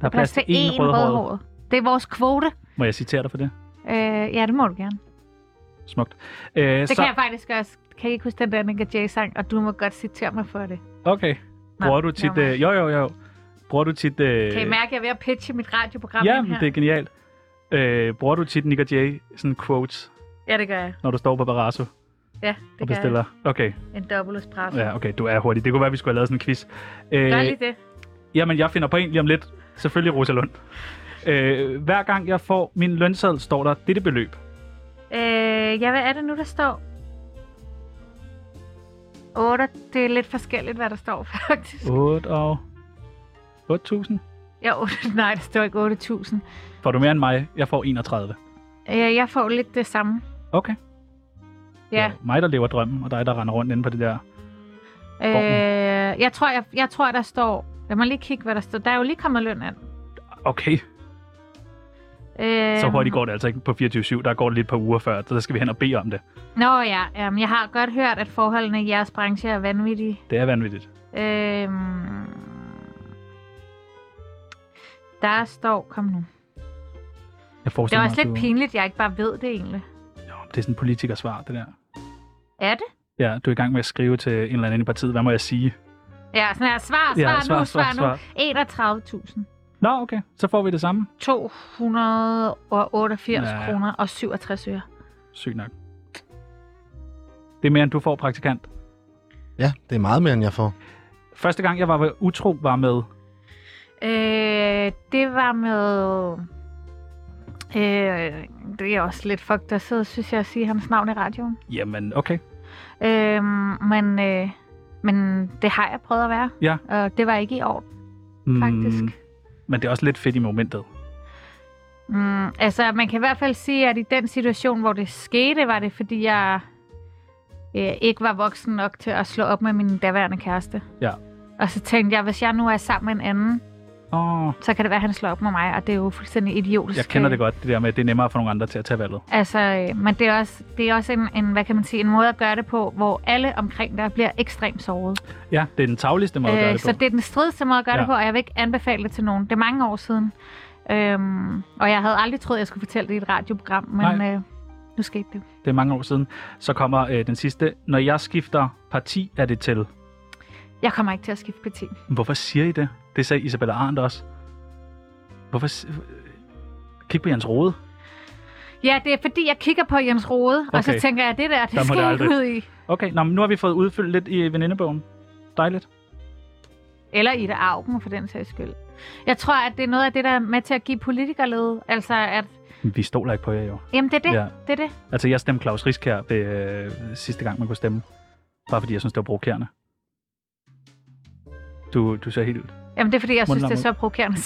[SPEAKER 1] Der er plads til én rødhåret.
[SPEAKER 2] rødhåret. Det er vores kvote.
[SPEAKER 1] Må jeg citere dig for det?
[SPEAKER 2] Øh, ja, det må du gerne.
[SPEAKER 1] Smukt. Øh,
[SPEAKER 2] Det så... kan jeg faktisk også. Kan I ikke huske den der Nick Jay-sang, og du må godt citere mig for det.
[SPEAKER 1] Okay.
[SPEAKER 2] Nå,
[SPEAKER 1] Bruger du tit...
[SPEAKER 2] nå, nej.
[SPEAKER 1] Øh, jo, jo, jo. Bruger du tit... Øh,
[SPEAKER 2] Kan I mærke, at jeg er ved at pitche mit radioprogram
[SPEAKER 1] Ja,
[SPEAKER 2] ind her?
[SPEAKER 1] det er genialt. Øh, bruger du tit Nick og Jay sådan quotes,
[SPEAKER 2] Ja, det gør jeg.
[SPEAKER 1] når du står på Barrasso
[SPEAKER 2] Ja,
[SPEAKER 1] og
[SPEAKER 2] det gør jeg.
[SPEAKER 1] bestiller? Okay,
[SPEAKER 2] En dobbelt espresso.
[SPEAKER 1] ja, okay, du er hurtig. Det kunne være, at vi skulle have lavet sådan en quiz. Øh,
[SPEAKER 2] Gør lige det.
[SPEAKER 1] Jamen, jeg finder på en lige om lidt. Selvfølgelig Rosalund. Øh, hver gang jeg får min lønseddel, står der dette beløb.
[SPEAKER 2] Øh, ja, hvad er det nu, der står? 8, det er lidt forskelligt, hvad der står faktisk.
[SPEAKER 1] 8 og... 8.000?
[SPEAKER 2] Ja, 8, nej, der står ikke 8.000.
[SPEAKER 1] Får du mere end mig? Jeg får 31.
[SPEAKER 2] Øh, jeg får lidt det samme.
[SPEAKER 1] Okay.
[SPEAKER 2] Ja.
[SPEAKER 1] Det er mig, der lever drømmen, og dig, der render rundt inde på det der.
[SPEAKER 2] Øh, jeg, tror, jeg, jeg tror, der står... Lad mig lige kigge, hvad der står. Der er jo lige kommet løn ind.
[SPEAKER 1] Okay,
[SPEAKER 2] Øh,
[SPEAKER 1] så hurtigt går det altså ikke på 24-7. Der går det lidt på uger før, så der skal vi hen og bede om det.
[SPEAKER 2] Nå ja, jamen, jeg har godt hørt, at forholdene i jeres branche er vanvittige.
[SPEAKER 1] Det er vanvittigt.
[SPEAKER 2] Øh, der står... Kom nu.
[SPEAKER 1] Jeg
[SPEAKER 2] Det
[SPEAKER 1] forestiller
[SPEAKER 2] er også
[SPEAKER 1] mig,
[SPEAKER 2] lidt
[SPEAKER 1] at
[SPEAKER 2] pinligt, jeg ikke bare ved det egentlig.
[SPEAKER 1] du... Jo, det er sådan en politikersvar, det der.
[SPEAKER 2] Er det?
[SPEAKER 1] Ja, du er i gang med at skrive til en eller anden inde i partiet. Hvad må jeg sige?
[SPEAKER 2] Ja, sådan her. Svar, svar,
[SPEAKER 1] Ja,
[SPEAKER 2] ja,
[SPEAKER 1] svar,
[SPEAKER 2] nu,
[SPEAKER 1] svar,
[SPEAKER 2] svar, nu.
[SPEAKER 1] Nå, okay. Så får vi det samme.
[SPEAKER 2] 31.288
[SPEAKER 1] Ja.
[SPEAKER 2] ja. kroner og 67 øre.
[SPEAKER 1] Sygt nok. Det er mere, end du får, praktikant.
[SPEAKER 4] Ja, det er meget mere, end jeg får.
[SPEAKER 1] Første gang, jeg var utro, var med...
[SPEAKER 2] Øh, det var med... Øh, det er også lidt fucked at sidde, synes jeg, at sige hans navn i radioen.
[SPEAKER 1] Jamen, okay.
[SPEAKER 2] Øh, men, øh, men det har jeg prøvet at være.
[SPEAKER 1] Ja.
[SPEAKER 2] Og det var ikke i orden,
[SPEAKER 1] Mm,
[SPEAKER 2] faktisk.
[SPEAKER 1] Men det er også lidt fedt i momentet.
[SPEAKER 2] Mm. Mm, altså, man kan i hvert fald sige, at i den situation, hvor det skete, var det, fordi jeg øh, ikke var voksen nok til at slå op med min daværende kæreste.
[SPEAKER 1] Ja.
[SPEAKER 2] Og så tænkte jeg, hvis jeg nu er sammen med en anden,
[SPEAKER 1] Åh, oh,
[SPEAKER 2] så kan det være, at han slår op med mig, og det er jo fuldstændig idiotisk.
[SPEAKER 1] jeg kender
[SPEAKER 2] øh,
[SPEAKER 1] det godt, det der med, at det er nemmere for nogle andre til at tage valget.
[SPEAKER 2] Altså, øh, men det er også, det er også en, en, hvad kan man sige, en måde at gøre det på, hvor alle omkring der bliver ekstremt såret.
[SPEAKER 1] Ja, det er den tavligste måde at gøre det
[SPEAKER 2] Øh, så
[SPEAKER 1] på.
[SPEAKER 2] det er den strideste måde at gøre
[SPEAKER 1] Ja.
[SPEAKER 2] det på, og jeg vil ikke anbefale det til nogen. Det er mange år siden. Øhm, og jeg havde aldrig troet, jeg skulle fortælle det i et radioprogram, men
[SPEAKER 1] Nej.
[SPEAKER 2] øh, nu skete det.
[SPEAKER 1] Det er mange år siden. Så kommer øh, den sidste. Når jeg skifter parti, er det til.
[SPEAKER 2] Jeg kommer ikke til at skifte parti.
[SPEAKER 1] Hvorfor siger I det? Det sagde Isabella Arndt også. Hvorfor... si- Kig på Jens Rode.
[SPEAKER 2] Ja, det er fordi, jeg kigger på Jens Rode, okay. og så
[SPEAKER 1] Okay.
[SPEAKER 2] tænker jeg, det der,
[SPEAKER 1] Der må
[SPEAKER 2] det skal
[SPEAKER 1] det
[SPEAKER 2] jeg ikke
[SPEAKER 1] aldrig.
[SPEAKER 2] ud i.
[SPEAKER 1] Okay, nå, men nu har vi fået udfyldt lidt i venindebogen. Dejligt.
[SPEAKER 2] Eller i det Augen, for den sags skyld. Jeg tror, at det er noget af det, der er med til at give politikerlede. Altså, at...
[SPEAKER 1] Vi stoler ikke på jer jo.
[SPEAKER 2] Jamen, det er det.
[SPEAKER 1] Ja.
[SPEAKER 2] Ja. Det er det.
[SPEAKER 1] Altså, jeg stemte Claus Riskær det, øh, sidste gang, man kunne stemme. Bare fordi jeg synes, det var provokerende. Du, du ser helt...
[SPEAKER 2] Jamen, det er fordi, jeg synes, det
[SPEAKER 1] Mundlammet.
[SPEAKER 2] er så provokerende.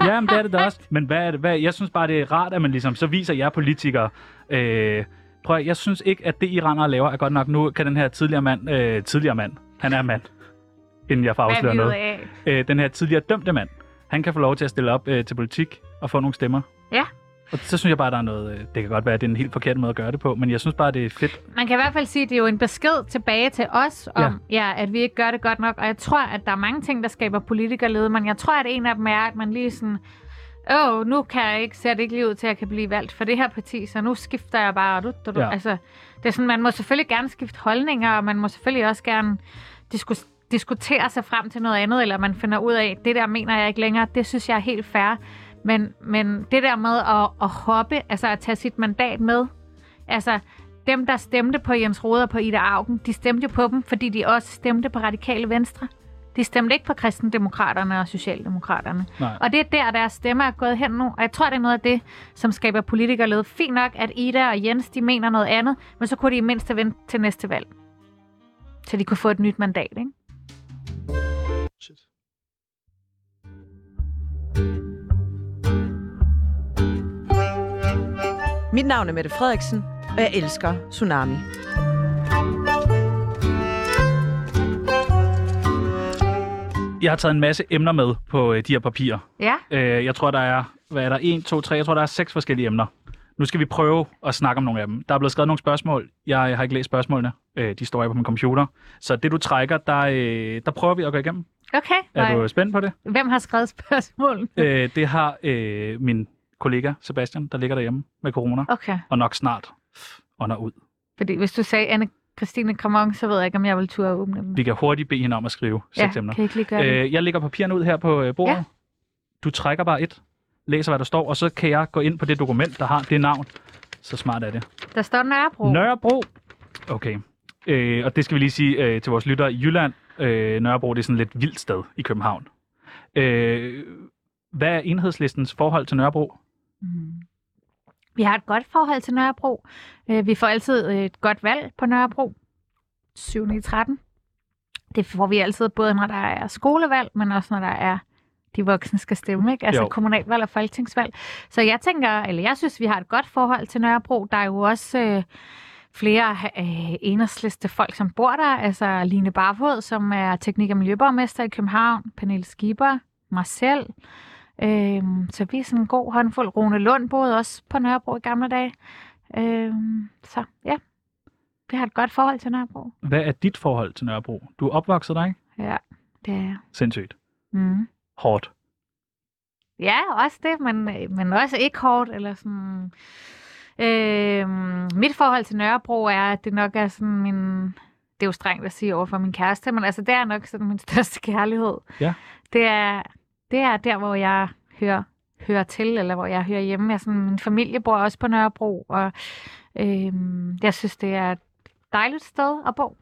[SPEAKER 1] Ja, men det er det da også. Men hvad er det? Hvad? Jeg synes bare, det er rart, at man ligesom... Så viser jer politikere... Øh, prøv at, jeg synes ikke, at det, I render og laver, er godt nok. Nu kan den her tidligere mand... Øh, tidligere mand. Han er mand. Inden jeg får
[SPEAKER 2] Hvad
[SPEAKER 1] afsløret
[SPEAKER 2] er vi
[SPEAKER 1] noget.
[SPEAKER 2] ud af?
[SPEAKER 1] øh, den her tidligere dømte mand, han kan få lov til at stille op øh, til politik og få nogle stemmer.
[SPEAKER 2] Ja.
[SPEAKER 1] Og så synes jeg bare, der er noget... Øh, det kan godt være, at det er en helt forkert måde at gøre det på, men jeg synes bare, det er fedt.
[SPEAKER 2] Man kan i hvert fald sige, at det er jo en besked tilbage til os, om ja. Ja, at vi ikke gør det godt nok. Og jeg tror, at der er mange ting, der skaber politikerlede, men jeg tror, at en af dem er, at man lige sådan... Åh, nu kan jeg ikke, ser det ikke lige ud til, at jeg kan blive valgt for det her parti, så nu skifter jeg bare. Du, du, du.
[SPEAKER 1] Ja.
[SPEAKER 2] Ja. Altså, det er sådan, man må selvfølgelig gerne skifte holdninger, og man må selvfølgelig også gerne diskus- diskutere sig frem til noget andet, eller man finder ud af, det der mener jeg ikke længere, det synes jeg er helt fair. Men, men det der med at, at hoppe, altså at tage sit mandat med, altså dem, der stemte på Jens Rode og på Ida Augen, de stemte jo på dem, fordi de også stemte på Radikale Venstre. De stemte ikke på Kristendemokraterne og Socialdemokraterne.
[SPEAKER 1] Nej.
[SPEAKER 2] Og det er der, deres stemmer er gået hen nu. Og jeg tror, det er noget af det, som skaber politikerlede. Fint nok, at Ida og Jens, de mener noget andet, men så kunne de i mindste vente til næste valg. Så de kunne få et nyt mandat, ikke?
[SPEAKER 4] Shit.
[SPEAKER 3] Mit navn er Mette Frederiksen, og jeg elsker Tsunami.
[SPEAKER 1] Jeg har taget en masse emner med på øh, de her papirer.
[SPEAKER 2] Ja,
[SPEAKER 1] Øh, jeg tror, der er... Hvad er der? 1, 2, 3. Jeg tror, der er seks forskellige emner. Nu skal vi prøve at snakke om nogle af dem. Der er blevet skrevet nogle spørgsmål. Jeg har ikke læst spørgsmålene. Øh, de står her på min computer. Så det, du trækker, der, øh, der prøver vi at gå igennem.
[SPEAKER 2] okay.
[SPEAKER 1] Er
[SPEAKER 2] Nej.
[SPEAKER 1] du spændt på det?
[SPEAKER 2] Hvem har skrevet spørgsmålet?
[SPEAKER 1] øh, det har øh, min kollega Sebastian, der ligger derhjemme med corona.
[SPEAKER 2] Okay,
[SPEAKER 1] og nok snart ånder ud.
[SPEAKER 2] fordi hvis du sagde anne Christine Kramon, så ved jeg ikke, om jeg vil turde åbne dem.
[SPEAKER 1] Vi kan hurtigt bede hende om at skrive
[SPEAKER 2] ja,
[SPEAKER 1] seks emner.
[SPEAKER 2] kan jeg ikke lige gøre det?
[SPEAKER 1] Øh, jeg lægger papirerne ud her på øh, bordet.
[SPEAKER 2] Ja.
[SPEAKER 1] Du trækker bare et, læser hvad der står, og så kan jeg gå ind på det dokument, der har det navn. Så smart er det.
[SPEAKER 2] Der står Nørrebro.
[SPEAKER 1] Nørrebro. Okay. Øh, og det skal vi lige sige øh, til vores lyttere. Jylland, øh, Nørrebro, det er sådan et lidt vildt sted i København. Øh, hvad er enhedslistens forhold til Nørrebro?
[SPEAKER 2] Mm. Vi har et godt forhold til Nørrebro. Øh, Vi får altid et godt valg på Nørrebro. 7. i 13. Det får vi altid, både når der er skolevalg, men også når der er de voksne skal stemme, ikke? Altså
[SPEAKER 1] Jo.
[SPEAKER 2] jo. kommunalvalg og folketingsvalg. Så jeg tænker, eller jeg synes, vi har et godt forhold til Nørrebro. Der er jo også øh, flere øh, enhedsliste folk, som bor der. Altså Line Barfod, som er teknik- og miljøborgmester i København. Pernille Skipper, mig selv. Øhm, så vi er sådan en god håndfuld. Rune Lund boede også på Nørrebro i gamle dage. Øhm, så ja, vi har et godt forhold til Nørrebro.
[SPEAKER 1] Hvad er dit forhold til Nørrebro? Du er opvokset der, ikke?
[SPEAKER 2] Det er
[SPEAKER 1] Sindssygt.
[SPEAKER 2] mm.
[SPEAKER 1] Hårdt.
[SPEAKER 2] Ja, også det, men, øh, men også ikke hårdt. Eller sådan. Øhm, mit forhold til Nørrebro er, at det nok er sådan min... Det er jo strengt at sige over for min kæreste, men altså, det er nok sådan min største kærlighed.
[SPEAKER 1] Ja.
[SPEAKER 2] Det er, det er der, hvor jeg hører, hører til, eller hvor jeg hører hjemme. Jeg, er sådan, min familie bor også på Nørrebro, og øhm, jeg synes, det er et dejligt sted at bo.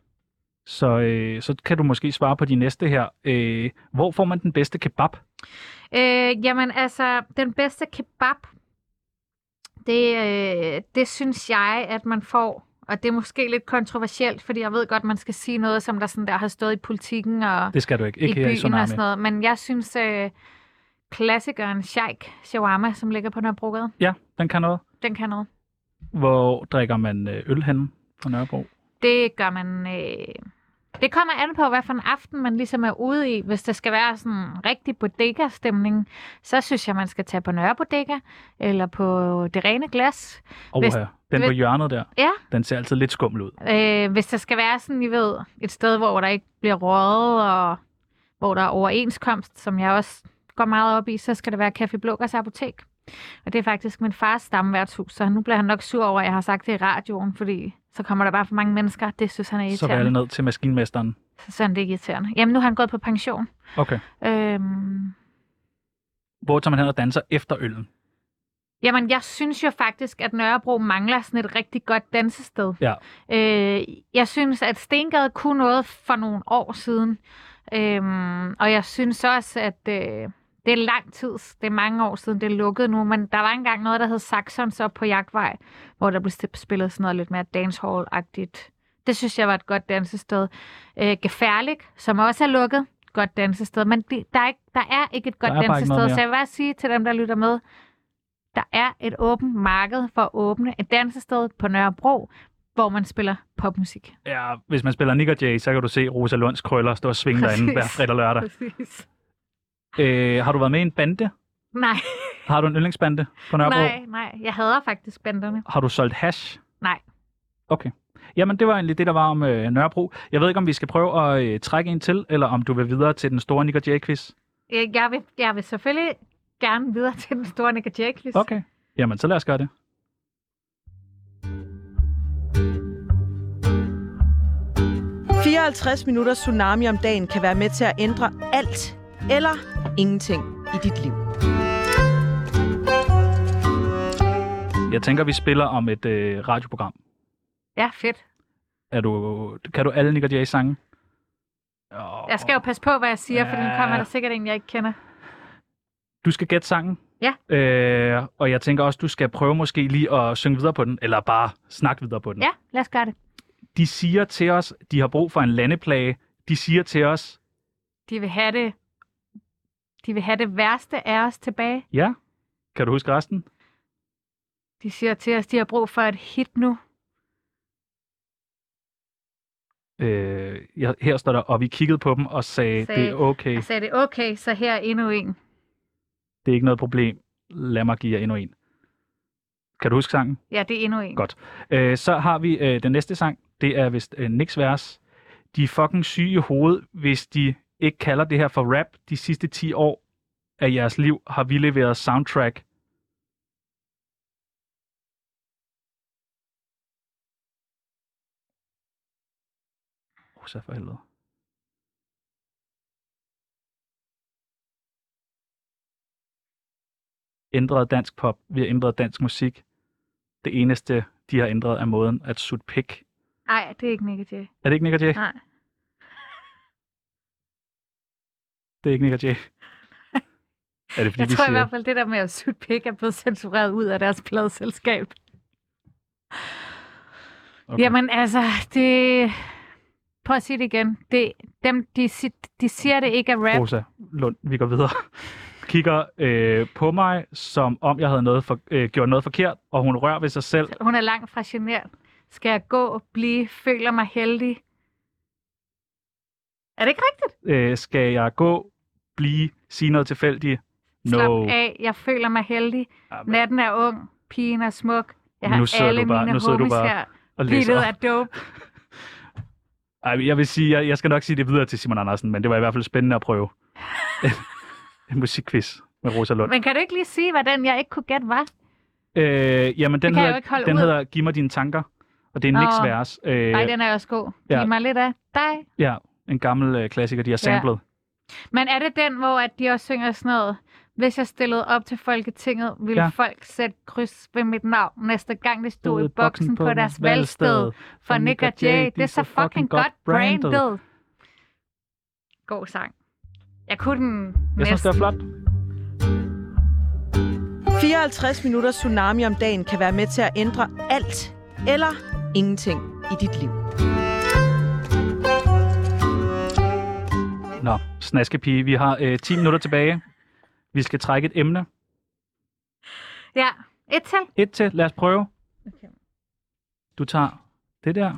[SPEAKER 1] Så, øh, så kan du måske svare på de næste her. Øh, hvor får man den bedste kebab?
[SPEAKER 2] Øh, jamen altså, den bedste kebab, det, øh, det synes jeg, at man får, og det er måske lidt kontroversielt, fordi jeg ved godt, man skal sige noget, som der, sådan der har stået i politikken og
[SPEAKER 1] Det skal du ikke. Ikke
[SPEAKER 2] i
[SPEAKER 1] her i
[SPEAKER 2] byen altså. og
[SPEAKER 1] Tsunami.
[SPEAKER 2] sådan noget, men jeg synes, øh, klassikeren Sheik Shawarma, som ligger på Nørrebrogade,
[SPEAKER 1] Ja, den kan noget.
[SPEAKER 2] den kan noget.
[SPEAKER 1] Hvor drikker man øh, øl henne på Nørrebro?
[SPEAKER 2] Det gør man... Øh... Det kommer an på, hvad for en aften man ligesom er ude i. Hvis der skal være sådan en rigtig bodega-stemning, så synes jeg, man skal tage på Nørre Bodega, eller på det rene glas.
[SPEAKER 1] Over
[SPEAKER 2] Hvis-
[SPEAKER 1] her. Den
[SPEAKER 2] hvis-
[SPEAKER 1] på hjørnet der.
[SPEAKER 2] Ja.
[SPEAKER 1] Den ser altid lidt skummel ud.
[SPEAKER 2] Øh, hvis der skal være sådan, I ved, et sted, hvor der ikke bliver røget, og hvor der er overenskomst, som jeg også går meget op i, så skal det være Café Blågers apotek. Og det er faktisk min fars stamværtshus, så nu bliver han nok sur over, at jeg har sagt det i radioen, fordi så kommer der bare for mange mennesker. Det synes han er
[SPEAKER 1] Så vil alle
[SPEAKER 2] irriterende.
[SPEAKER 1] ned til maskinmesteren.
[SPEAKER 2] Så, så er det irriterende. Jamen, nu har han gået på pension.
[SPEAKER 1] Okay.
[SPEAKER 2] Øhm,
[SPEAKER 1] Hvor tager man hen og danser efter øllen?
[SPEAKER 2] Jamen, jeg synes jo faktisk, at Nørrebro mangler sådan et rigtig godt dansested.
[SPEAKER 1] Ja.
[SPEAKER 2] Øh, jeg synes, at Stengade kunne noget for nogle år siden. Øhm, og jeg synes også, at øh, det er lang tid, det er mange år siden, det er lukket nu, men der var engang noget, der hed Saxons op på Jagtvej, hvor der blev st- spillet sådan noget lidt mere dancehall-agtigt. Det synes jeg var et godt dansested. Øh, Gefærlik, som også er lukket, godt dansested, men de, der, er ikke, der er ikke et godt
[SPEAKER 1] Der er bare ikke noget
[SPEAKER 2] dansested,
[SPEAKER 1] mere.
[SPEAKER 2] så jeg vil bare sige til dem, der lytter med, der er et åbent marked for at åbne et dansested på Nørrebro, hvor man spiller popmusik.
[SPEAKER 1] Ja, hvis man spiller Nick og Jay, så kan du se Rosa Lunds krøller stå og svinge derinde
[SPEAKER 2] Præcis.
[SPEAKER 1] hver fredag og lørdag.
[SPEAKER 2] Præcis.
[SPEAKER 1] Øh, har du været med i en bande?
[SPEAKER 2] Nej,
[SPEAKER 1] Har du en yndlingsbande på Nørrebro?
[SPEAKER 2] nej, nej. Jeg hader faktisk banderne.
[SPEAKER 1] Har du solgt hash?
[SPEAKER 2] Nej.
[SPEAKER 1] Okay. Jamen, det var egentlig det, der var om øh, Nørrebro. Jeg ved ikke, om vi skal prøve at øh, trække en til, eller om du vil videre til den store Nick og Jay-quiz.
[SPEAKER 2] Øh, Jeg vil, jeg vil selvfølgelig gerne videre til den store Nick Jake liste.
[SPEAKER 1] Okay. Jamen, så lad os gøre det.
[SPEAKER 3] det. 54 minutter tsunami om dagen kan være med til at ændre alt eller ingenting i dit liv.
[SPEAKER 1] Jeg tænker, vi spiller om et øh, radioprogram.
[SPEAKER 2] Ja, fedt.
[SPEAKER 1] Er du, kan du alle Nick og Jay-sange? Oh,
[SPEAKER 2] Jeg skal jo passe på, hvad jeg siger, for
[SPEAKER 1] Ja.
[SPEAKER 2] den kommer der sikkert en, jeg ikke kender.
[SPEAKER 1] Du skal gætte sangen.
[SPEAKER 2] Ja.
[SPEAKER 1] Øh, og jeg tænker også, du skal prøve måske lige at synge videre på den, eller bare snakke videre på den.
[SPEAKER 2] Ja, lad os gøre det.
[SPEAKER 1] De siger til os, de har brug for en landeplage. De siger til os,
[SPEAKER 2] De vil have det, de vil have det værste af os tilbage.
[SPEAKER 1] ja, kan du huske resten?
[SPEAKER 2] De siger til os, de har brug for et hit nu.
[SPEAKER 1] Øh, jeg, her står der, og vi kiggede på dem og sagde,
[SPEAKER 2] Sagde- altså
[SPEAKER 1] det er okay,
[SPEAKER 2] Jeg sagde det, okay, så her er endnu en.
[SPEAKER 1] det er ikke noget problem. Lad mig give jer endnu en. Kan du huske sangen?
[SPEAKER 2] Ja, det er endnu en.
[SPEAKER 1] Godt. Øh, så har vi øh, den næste sang. Det er vist øh, Nicks vers. De er fucking syge i hovedet, hvis de ikke kalder det her for rap. De sidste 10 år af jeres liv har vi leveret soundtrack. Rosa for helvede. Ændret dansk pop. Vi har ændret dansk musik. Det eneste, de har ændret, er måden at sutte pik.
[SPEAKER 2] Nej, det er ikke Nick Jay.
[SPEAKER 1] Er det ikke Nick og Jay?
[SPEAKER 2] Nej.
[SPEAKER 1] Det er ikke Nick og Jay. Er det fordi,
[SPEAKER 2] Jeg
[SPEAKER 1] de
[SPEAKER 2] tror i
[SPEAKER 1] siger...
[SPEAKER 2] hvert fald, det der med at sutte pik er blevet censureret ud af deres pladeselskab. Okay. Jamen altså, det... Prøv at sige det igen. Det, dem, de, si- de siger det ikke er rap.
[SPEAKER 1] Rosa Lund, vi går videre. Kigger øh, på mig, som om jeg havde noget for, øh, gjort noget forkert, og hun rører ved sig selv.
[SPEAKER 2] Hun er langt fra genert. Skal jeg gå, blive, føler mig heldig? Er det ikke rigtigt?
[SPEAKER 1] Øh, skal jeg gå, blive, sige noget tilfældigt? No.
[SPEAKER 2] Slap af, jeg føler mig heldig.
[SPEAKER 1] Jamen,
[SPEAKER 2] Natten er ung, pigen er smuk. Jeg har
[SPEAKER 1] Nu sidder
[SPEAKER 2] alle
[SPEAKER 1] du bare-
[SPEAKER 2] mine
[SPEAKER 1] nu sidder du
[SPEAKER 2] homies
[SPEAKER 1] bare
[SPEAKER 2] her.
[SPEAKER 1] og læser.
[SPEAKER 2] Billedet er dope.
[SPEAKER 1] Ej, jeg vil sige, jeg, jeg skal nok sige det videre til Simon Andersen, men det var i hvert fald spændende at prøve. en musikquiz med Rosa Lund.
[SPEAKER 2] Men kan du ikke lige sige, hvad den jeg ikke kunne gætte var?
[SPEAKER 1] Øh, jamen, den
[SPEAKER 2] kan jeg jo ikke
[SPEAKER 1] hedder,
[SPEAKER 2] holde
[SPEAKER 1] den
[SPEAKER 2] ud.
[SPEAKER 1] hedder Giv mig dine tanker, og det er
[SPEAKER 2] Nå.
[SPEAKER 1] Nicks vers. Øh,
[SPEAKER 2] Nej, den er også god.
[SPEAKER 1] ja.
[SPEAKER 2] Ja. Giv mig lidt af dig.
[SPEAKER 1] Ja, en gammel øh, klassiker, de har samlet.
[SPEAKER 2] Men er det den, hvor at de også synger sådan noget? Hvis jeg stillede op til Folketinget, ville
[SPEAKER 1] Ja.
[SPEAKER 2] ja. folk sætte kryds ved mit navn næste gang, det stod i boksen på deres valgsted. For Nick og Jay, det er så fucking godt brandet. God sang. Jeg kunne den
[SPEAKER 1] Jeg synes, det er
[SPEAKER 2] næsten.
[SPEAKER 1] flot.
[SPEAKER 3] 54 minutter tsunami om dagen kan være med til at ændre alt eller ingenting i dit liv.
[SPEAKER 1] Nå, snaskepige, vi har øh, 10 minutter tilbage. Vi skal trække et emne.
[SPEAKER 2] Ja, et til.
[SPEAKER 1] Et til, lad os prøve.
[SPEAKER 2] Okay.
[SPEAKER 1] Du tager det der.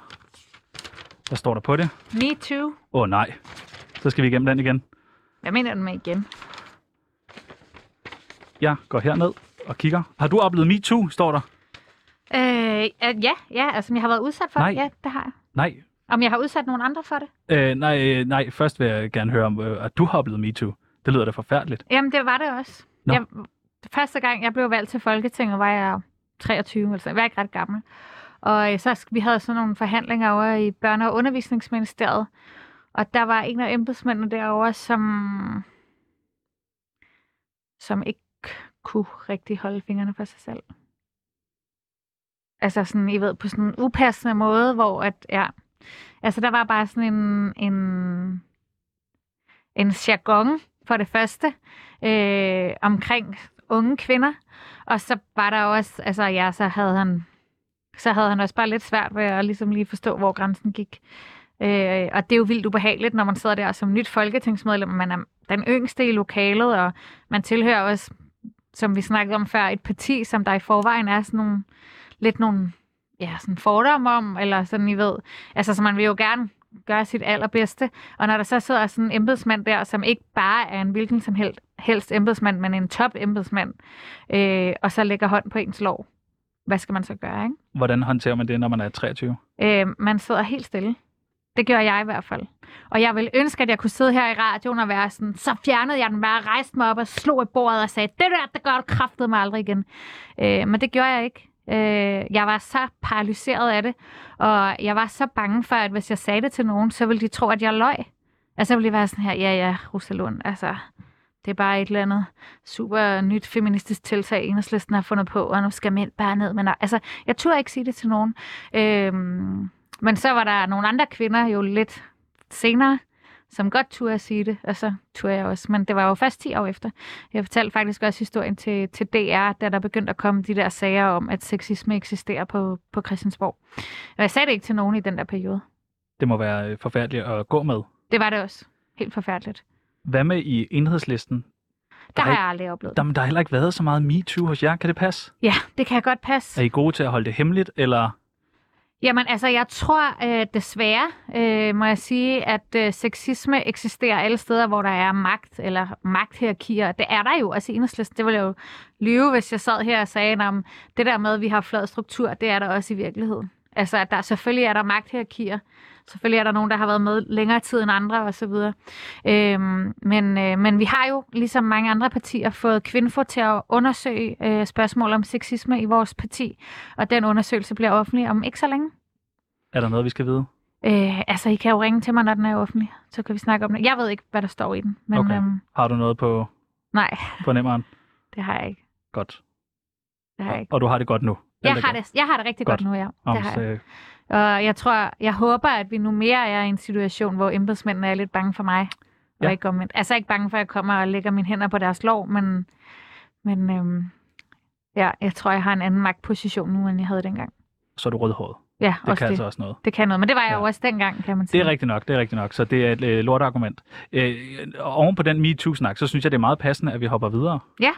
[SPEAKER 1] Hvad står der på det?
[SPEAKER 2] Me too.
[SPEAKER 1] Åh oh, nej, så skal vi igennem den igen.
[SPEAKER 2] Hvad mener du med igen?
[SPEAKER 1] Jeg går herned og kigger. Har du oplevet MeToo, står der?
[SPEAKER 2] Øh, at ja, ja, altså om jeg har været udsat for
[SPEAKER 1] Nej.
[SPEAKER 2] det. Ja, det har jeg.
[SPEAKER 1] Nej,
[SPEAKER 2] Om jeg har udsat nogen andre for det?
[SPEAKER 1] Øh, nej, øh, nej, først vil jeg gerne høre om, øh, at du har oplevet MeToo. Det lyder da forfærdeligt.
[SPEAKER 2] Jamen, det var det også.
[SPEAKER 1] Nå.
[SPEAKER 2] Jeg, første gang, jeg blev valgt til Folketinget, var jeg 23 eller sådan. Jeg var ikke ret gammel. Og øh, så sk- vi havde sådan nogle forhandlinger over i Børne- og Undervisningsministeriet. Og der var en af embedsmændene derovre, som, som ikke kunne rigtig holde fingrene for sig selv. Altså sådan, I ved, på sådan en upassende måde, hvor at, ja, altså der var bare sådan en, en, en jargon for det første, øh, omkring unge kvinder. Og så var der også, altså ja, så havde han, så havde han også bare lidt svært ved at ligesom lige forstå, hvor grænsen gik. Øh, og det er jo vildt ubehageligt, når man sidder der som nyt folketingsmedlem, man er den yngste i lokalet, og man tilhører også, som vi snakkede om før, et parti, som der i forvejen er sådan nogle, lidt nogle ja, sådan fordomme om, eller sådan, I ved. Altså, så man vil jo gerne gøre sit allerbedste. Og når der så sidder sådan en embedsmand der, som ikke bare er en hvilken som helst, helst embedsmand, men en top embedsmand, øh, og så lægger hånd på ens lov, hvad skal man så gøre, ikke?
[SPEAKER 1] Hvordan håndterer man det, når man er 23?
[SPEAKER 2] Øh, man sidder helt stille. Det gjorde jeg i hvert fald. Og jeg ville ønske, at jeg kunne sidde her i radioen og være sådan, så fjernede jeg den bare, rejste mig op og slog i bordet og sagde, det der, det gør du kraftede mig aldrig igen. Øh, men det gjorde jeg ikke. Øh, jeg var så paralyseret af det, og jeg var så bange for, at hvis jeg sagde det til nogen, så ville de tro, at jeg løj. Altså, så ville de være sådan her, ja, ja, Rosalund, altså, det er bare et eller andet super nyt feministisk tiltag, enhedslisten har fundet på, og nu skal mænd bare ned. Men altså, jeg turde ikke sige det til nogen. Øhm, men så var der nogle andre kvinder jo lidt senere, som godt turde at sige det, og så turde jeg også. Men det var jo først 10 år efter. Jeg fortalte faktisk også historien til, til DR, da der begyndte at komme de der sager om, at sexisme eksisterer på, på Christiansborg. Og jeg sagde det ikke til nogen i den der periode.
[SPEAKER 1] Det må være øh, forfærdeligt at gå med.
[SPEAKER 2] Det var det også. Helt forfærdeligt.
[SPEAKER 1] Hvad med i enhedslisten?
[SPEAKER 2] Der
[SPEAKER 1] Nej.
[SPEAKER 2] har jeg aldrig oplevet.
[SPEAKER 1] Der, der har heller ikke været så meget MeToo hos jer. Kan det passe?
[SPEAKER 2] Ja, det kan jeg godt passe.
[SPEAKER 1] Er I gode til at holde det hemmeligt, eller
[SPEAKER 2] Jamen altså, jeg tror øh, desværre, øh, må jeg sige, at øh, sexisme eksisterer alle steder, hvor der er magt eller magthierarkier. Det er der jo også i enhedslisten. Det ville jeg jo lyve, hvis jeg sad her og sagde, om det der med, at vi har flad struktur, det er der også i virkeligheden. Altså, at der selvfølgelig er der magthierarkier. Selvfølgelig er der nogen, der har været med længere tid end andre osv. Øhm, men, øh, men vi har jo, ligesom mange andre partier, fået Kvinfo til at undersøge øh, spørgsmål om sexisme i vores parti. Og den undersøgelse bliver offentlig om ikke så længe.
[SPEAKER 1] er der noget, vi skal vide?
[SPEAKER 2] Øh, altså, I kan jo ringe til mig, når den er offentlig. Så kan vi snakke om det. Jeg ved ikke, hvad der står i den. Men
[SPEAKER 1] Okay.
[SPEAKER 2] okay. øhm,
[SPEAKER 1] Har du noget på
[SPEAKER 2] nej,
[SPEAKER 1] fornemmeren?
[SPEAKER 2] det har jeg ikke.
[SPEAKER 1] Godt.
[SPEAKER 2] Det har jeg ikke.
[SPEAKER 1] Og du har det godt nu?
[SPEAKER 2] Jeg har, det, jeg har det rigtig godt,
[SPEAKER 1] Godt. Om,
[SPEAKER 2] godt nu, ja.
[SPEAKER 1] øh,
[SPEAKER 2] Det har jeg.
[SPEAKER 1] så,
[SPEAKER 2] Og jeg tror, jeg håber, at vi nu mere er i en situation, hvor embedsmændene er lidt bange for mig. Ja.
[SPEAKER 1] Ja.
[SPEAKER 2] Og ikke omvendt. Altså ikke bange for, at jeg kommer og lægger mine hænder på deres lov, men, men øhm, ja, jeg tror, jeg har en anden magtposition nu, end jeg havde dengang.
[SPEAKER 1] så er du rødhåret.
[SPEAKER 2] Ja,
[SPEAKER 1] Det
[SPEAKER 2] også
[SPEAKER 1] kan
[SPEAKER 2] det.
[SPEAKER 1] altså også noget.
[SPEAKER 2] det kan noget. Men det var jeg
[SPEAKER 1] Ja.
[SPEAKER 2] ja. jo også dengang, kan man
[SPEAKER 1] Det
[SPEAKER 2] sige.
[SPEAKER 1] er rigtigt nok, det er rigtigt nok. Så det er et øh, lort argument. Øh, og oven på den MeToo-snak, så synes jeg, det er meget passende, at vi hopper videre.
[SPEAKER 2] Ja.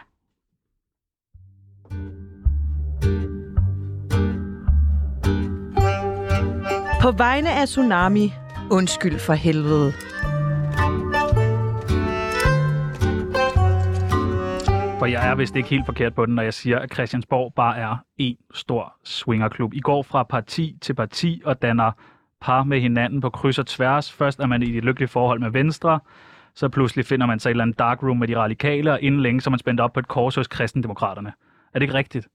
[SPEAKER 3] På vegne af Tsunami, undskyld for helvede.
[SPEAKER 1] For jeg er vist ikke helt forkert på den, når jeg siger, at Christiansborg bare er en stor swingerklub. I går fra parti til parti og danner par med hinanden på kryds og tværs. Først er man i et lykkeligt forhold med Venstre, så pludselig finder man sig i et eller andet dark room med de radikale, og inden længe så er man spændt op på et kors hos kristendemokraterne. Er det ikke rigtigt?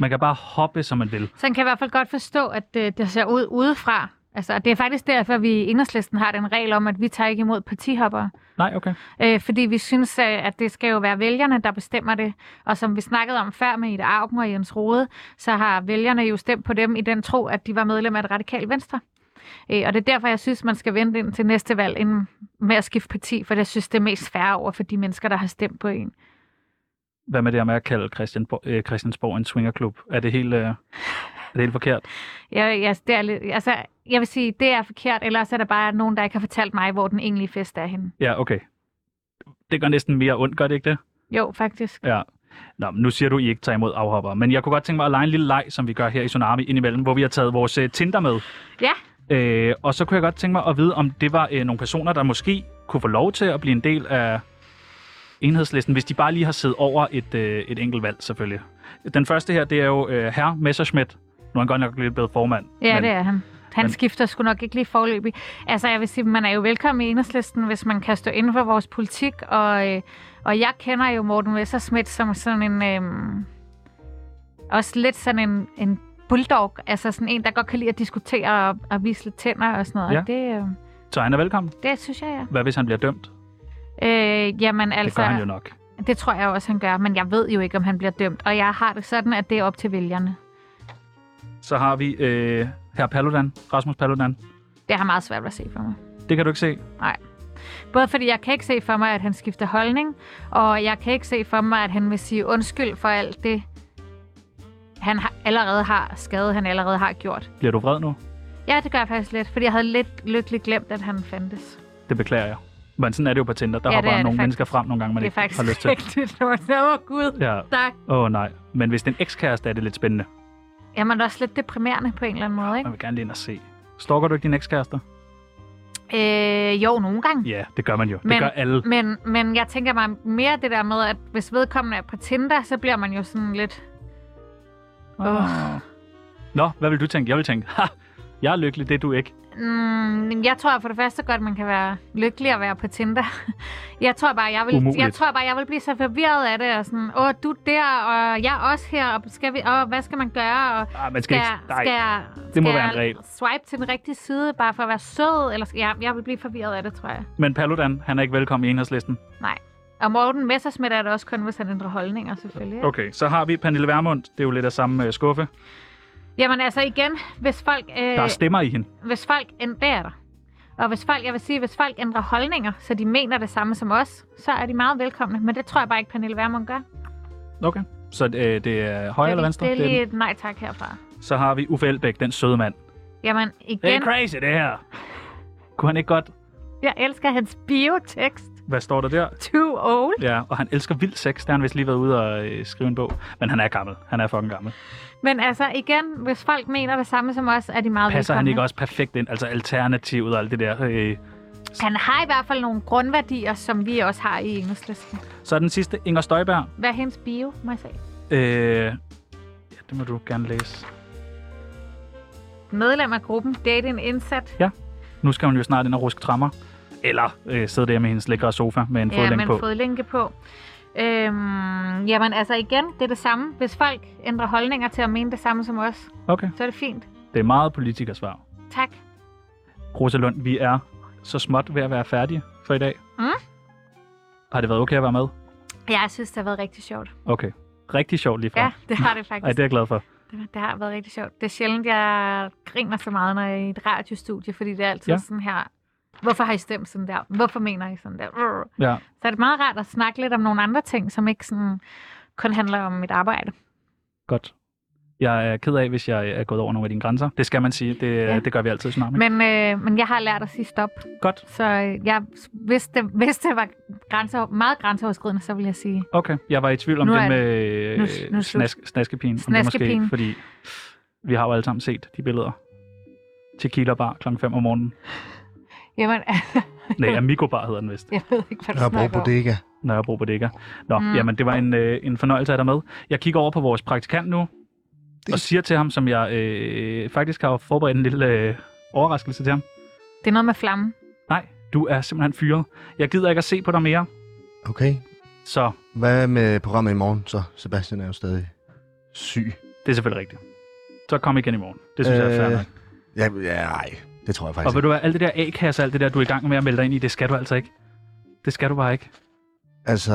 [SPEAKER 1] Man kan bare hoppe, som man vil.
[SPEAKER 2] Sådan kan jeg i hvert fald godt forstå, at øh, det ser ud udefra. Altså, og det er faktisk derfor, vi i Enhedslisten har den regel om, at vi tager ikke imod partihoppere.
[SPEAKER 1] Nej, okay.
[SPEAKER 2] Øh, fordi vi synes, øh, at det skal jo være vælgerne, der bestemmer det. Og som vi snakkede om før med Ida Augen og Jens Rode, så har vælgerne jo stemt på dem i den tro, at de var medlem af det radikale venstre. Øh, og det er derfor, jeg synes, man skal vente ind til næste valg inden med at skifte parti, for jeg synes, det er mest færre over for de mennesker, der har stemt på en.
[SPEAKER 1] Hvad med det her med at kalde Christianborg, øh, Christiansborg en swingerklub? Er det helt, øh, er det helt forkert?
[SPEAKER 2] Jeg, jeg, det er lidt, altså, jeg vil sige, det er forkert, ellers er der bare nogen, der ikke har fortalt mig, hvor den egentlige fest er henne.
[SPEAKER 1] Ja, okay. Det gør næsten mere ondt, gør det ikke det?
[SPEAKER 2] Jo, faktisk.
[SPEAKER 1] Ja. Nå, men nu siger du, I ikke tager imod afhopper, men jeg kunne godt tænke mig at lege en lille leg, som vi gør her i Tsunami indimellem, hvor vi har taget vores øh, Tinder med.
[SPEAKER 2] Ja.
[SPEAKER 1] Øh, og så kunne jeg godt tænke mig at vide, om det var øh, nogle personer, der måske kunne få lov til at blive en del af enhedslisten, hvis de bare lige har siddet over et, øh, et enkelt valg, selvfølgelig. Den første her, det er jo øh, herr Messerschmidt. Nu er han godt nok lidt blevet formand.
[SPEAKER 2] Ja,
[SPEAKER 1] men,
[SPEAKER 2] det er han. Han
[SPEAKER 1] Men-
[SPEAKER 2] Men... skifter sgu nok ikke lige forløbig. Altså, jeg vil sige, man er jo velkommen i enhedslisten, hvis man kan stå inden for vores politik. Og, øh, og jeg kender jo Morten Messerschmidt som sådan en... Øh, også lidt sådan en, en bulldog. Altså sådan en, der godt kan lide at diskutere og, og vise lidt tænder og sådan noget.
[SPEAKER 1] Ja.
[SPEAKER 2] Og det, øh,
[SPEAKER 1] Så han er velkommen.
[SPEAKER 2] det synes jeg, ja.
[SPEAKER 1] Hvad hvis han bliver dømt?
[SPEAKER 2] Øh, jamen
[SPEAKER 1] Det
[SPEAKER 2] altså,
[SPEAKER 1] gør han jo nok.
[SPEAKER 2] det tror jeg også, han gør, men jeg ved jo ikke, om han bliver dømt. Og jeg har det sådan, at det er op til vælgerne.
[SPEAKER 1] Så har vi øh, her Paludan, Rasmus Paludan.
[SPEAKER 2] Det har jeg meget svært ved at se for mig.
[SPEAKER 1] Det kan du ikke se.
[SPEAKER 2] Både fordi jeg kan ikke se for mig, at han skifter holdning, og jeg kan ikke se for mig, at han vil sige undskyld for alt det, han har, allerede har skadet, han allerede har gjort.
[SPEAKER 1] Bliver du vred nu?
[SPEAKER 2] Ja, det gør jeg faktisk lidt, fordi jeg havde lidt lykkeligt glemt, at han fandtes.
[SPEAKER 1] Det beklager jeg. Men sådan er det jo på Tinder. Der
[SPEAKER 2] Ja,
[SPEAKER 1] hopper
[SPEAKER 2] det er
[SPEAKER 1] nogle
[SPEAKER 2] det faktisk.
[SPEAKER 1] mennesker frem nogle gange, man
[SPEAKER 2] det er
[SPEAKER 1] ikke
[SPEAKER 2] faktisk
[SPEAKER 1] har lyst til.
[SPEAKER 2] rigtigt. Åh, oh, Gud.
[SPEAKER 1] Ja.
[SPEAKER 2] Tak.
[SPEAKER 1] Åh oh, nej. Men hvis det er en ekskæreste, er det lidt spændende.
[SPEAKER 2] Jamen, det er også lidt deprimerende på en eller anden måde, ikke?
[SPEAKER 1] Man vil gerne lige ind og se. Stalker du ikke din ekskærester?
[SPEAKER 2] Øh, jo, nogle gange.
[SPEAKER 1] Ja, det gør man jo. det
[SPEAKER 2] Men-
[SPEAKER 1] gør alle.
[SPEAKER 2] Men, men jeg tænker mig mere det der med, at hvis vedkommende er på Tinder, så bliver man jo sådan lidt...
[SPEAKER 1] Oh. Nå, hvad vil du tænke? Jeg vil tænke, ha, jeg er lykkelig, det er du ikke.
[SPEAKER 2] Mm, jeg tror for det første godt, man kan være lykkelig at være på Tinder. Jeg tror bare, jeg vil,
[SPEAKER 1] Umuligt.
[SPEAKER 2] jeg tror bare, jeg vil blive så forvirret af det, og sådan, åh, du er der, og jeg er også her, og, skal vi, og hvad skal man gøre, og
[SPEAKER 1] Ah, man skal,
[SPEAKER 2] skal,
[SPEAKER 1] ikke... Nej,
[SPEAKER 2] jeg- skal, jeg- skal
[SPEAKER 1] det må være
[SPEAKER 2] jeg
[SPEAKER 1] en regel.
[SPEAKER 2] swipe til den rigtige side, bare for at være sød, eller skal, jeg, jeg vil blive forvirret af det, tror jeg.
[SPEAKER 1] Men Paludan, han er ikke velkommen i enhedslisten.
[SPEAKER 2] Og Morten Messersmith er det også kun, hvis han ændrer holdninger, selvfølgelig. ikke?
[SPEAKER 1] Okay, så har vi Pernille Vermund. Det er jo lidt af samme øh, skuffe.
[SPEAKER 2] Jamen altså igen, hvis folk... Øh,
[SPEAKER 1] Der er stemmer i hende.
[SPEAKER 2] hvis folk ændrer dig, og hvis folk, jeg vil sige, hvis folk ændrer holdninger, så de mener det samme som os, så er de meget velkomne. Men det tror jeg bare ikke, Pernille Vermund gør.
[SPEAKER 1] Okay. Så øh, det er højre eller venstre?
[SPEAKER 2] Det er
[SPEAKER 1] den.
[SPEAKER 2] lige et nej tak herfra.
[SPEAKER 1] Så har vi Uffe Elbæk, den søde mand.
[SPEAKER 2] Jamen
[SPEAKER 1] Det er
[SPEAKER 2] igen,
[SPEAKER 1] crazy, det her. Kunne han ikke godt...
[SPEAKER 2] jeg elsker hans biotekst.
[SPEAKER 1] Hvad står der der?
[SPEAKER 2] Too old.
[SPEAKER 1] Ja, og han elsker vild sex. Der har han vist lige været ude og øh, skrive en bog. Men han er gammel. Han er fucking gammel.
[SPEAKER 2] Men altså igen, hvis folk mener det samme som os, er de meget
[SPEAKER 1] Passer han
[SPEAKER 2] velkomne.
[SPEAKER 1] ikke også perfekt ind? Altså alternativet og alt det der. Øh.
[SPEAKER 2] Han har i hvert fald nogle grundværdier, som vi også har i enhedslisten.
[SPEAKER 1] Så den sidste, Inger Støjberg.
[SPEAKER 2] Hvad er hendes bio, må jeg sige?
[SPEAKER 1] Øh, ja, det må du gerne læse.
[SPEAKER 2] Medlem af gruppen, date en indsat.
[SPEAKER 1] Nu skal hun jo snart ind og ruske trammer. Eller øh, sidde der med hendes lækre sofa med en
[SPEAKER 2] Ja,
[SPEAKER 1] fodlænge
[SPEAKER 2] men
[SPEAKER 1] på.
[SPEAKER 2] fodlænke på. Øhm, jamen altså igen, det er det samme. Hvis folk ændrer holdninger til at mene det samme som os,
[SPEAKER 1] Okay.
[SPEAKER 2] så er det fint.
[SPEAKER 1] Det er meget politikersvar.
[SPEAKER 2] Tak.
[SPEAKER 1] Rosa Lund, vi er så småt ved at være færdige for i dag.
[SPEAKER 2] Mm.
[SPEAKER 1] Har det været okay at være med?
[SPEAKER 2] Jeg synes, det har været rigtig sjovt.
[SPEAKER 1] Okay. Rigtig sjovt lige fra.
[SPEAKER 2] Ja, det har det
[SPEAKER 1] Ej,
[SPEAKER 2] faktisk.
[SPEAKER 1] det er jeg glad for.
[SPEAKER 2] det... det har været rigtig sjovt. Det er sjældent, jeg griner så meget, når jeg er i et radiostudie, fordi det er altid
[SPEAKER 1] Ja.
[SPEAKER 2] ja. sådan her... Hvorfor har I stemt sådan der? Hvorfor mener I sådan der? Brr.
[SPEAKER 1] Ja.
[SPEAKER 2] Så er det meget rart at snakke lidt om nogle andre ting, som ikke sådan kun handler om mit arbejde.
[SPEAKER 1] Godt. Jeg er ked af, hvis jeg er gået over nogle af dine grænser. Det skal man sige. Det, ja.
[SPEAKER 2] Ja.
[SPEAKER 1] det gør vi altid i Tsunami. Men...
[SPEAKER 2] Men, øh, men jeg har lært at sige stop.
[SPEAKER 1] Godt.
[SPEAKER 2] Så øh, jeg, hvis, det, hvis det var grænse, meget grænseoverskridende, så ville jeg sige,
[SPEAKER 1] Okay. Jeg var i tvivl om
[SPEAKER 2] Nu
[SPEAKER 1] det
[SPEAKER 2] er det-
[SPEAKER 1] med
[SPEAKER 2] nu-
[SPEAKER 1] øh,
[SPEAKER 2] nu er det slut.
[SPEAKER 1] snask, snaskepigen. om det måske,
[SPEAKER 2] Snaskepigen.
[SPEAKER 1] fordi vi har jo alle sammen set de billeder. Tequila Bar kl. 5 om morgenen.
[SPEAKER 2] jamen, altså,
[SPEAKER 1] Nej, Amigo Bar hedder den vist.
[SPEAKER 2] jeg ved ikke, hvad du
[SPEAKER 4] Jeg bruger
[SPEAKER 2] snakker om.
[SPEAKER 4] bodega.
[SPEAKER 1] Nørrebro Bodega. Nå, mm.
[SPEAKER 2] Mm.
[SPEAKER 1] jamen det var en, øh, en fornøjelse at have dig med. Jeg kigger over på vores praktikant nu, det... og siger til ham, som jeg øh, faktisk har forberedt en lille øh, overraskelse til ham.
[SPEAKER 2] Det er noget med flammen.
[SPEAKER 1] Nej, du er simpelthen fyret. Jeg gider ikke at se på dig mere,
[SPEAKER 4] Okay.
[SPEAKER 1] så
[SPEAKER 4] Hvad med programmet i morgen så? Sebastian er jo stadig syg.
[SPEAKER 1] det er selvfølgelig rigtigt. Så kom igen i morgen. Det synes øh... jeg er fair
[SPEAKER 4] Øh,
[SPEAKER 1] nok.
[SPEAKER 4] Ja, ja, nej. Det tror jeg
[SPEAKER 1] Og
[SPEAKER 4] faktisk
[SPEAKER 1] ved
[SPEAKER 4] ikke.
[SPEAKER 1] du hvad, alt det der A-kasse, alt det der, du er i gang med at melde dig ind i, det skal du altså ikke. Det skal du bare ikke.
[SPEAKER 4] Altså...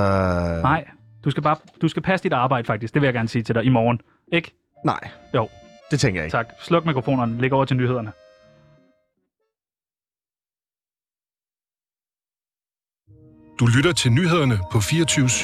[SPEAKER 1] Nej, du skal bare du skal passe dit arbejde faktisk. Det vil jeg gerne sige til dig i morgen. Ikke?
[SPEAKER 4] Nej.
[SPEAKER 1] Jo.
[SPEAKER 4] Det tænker jeg ikke.
[SPEAKER 1] Tak. Sluk mikrofonerne. Læg over til nyhederne.
[SPEAKER 5] Du lytter til nyhederne på 24 /7.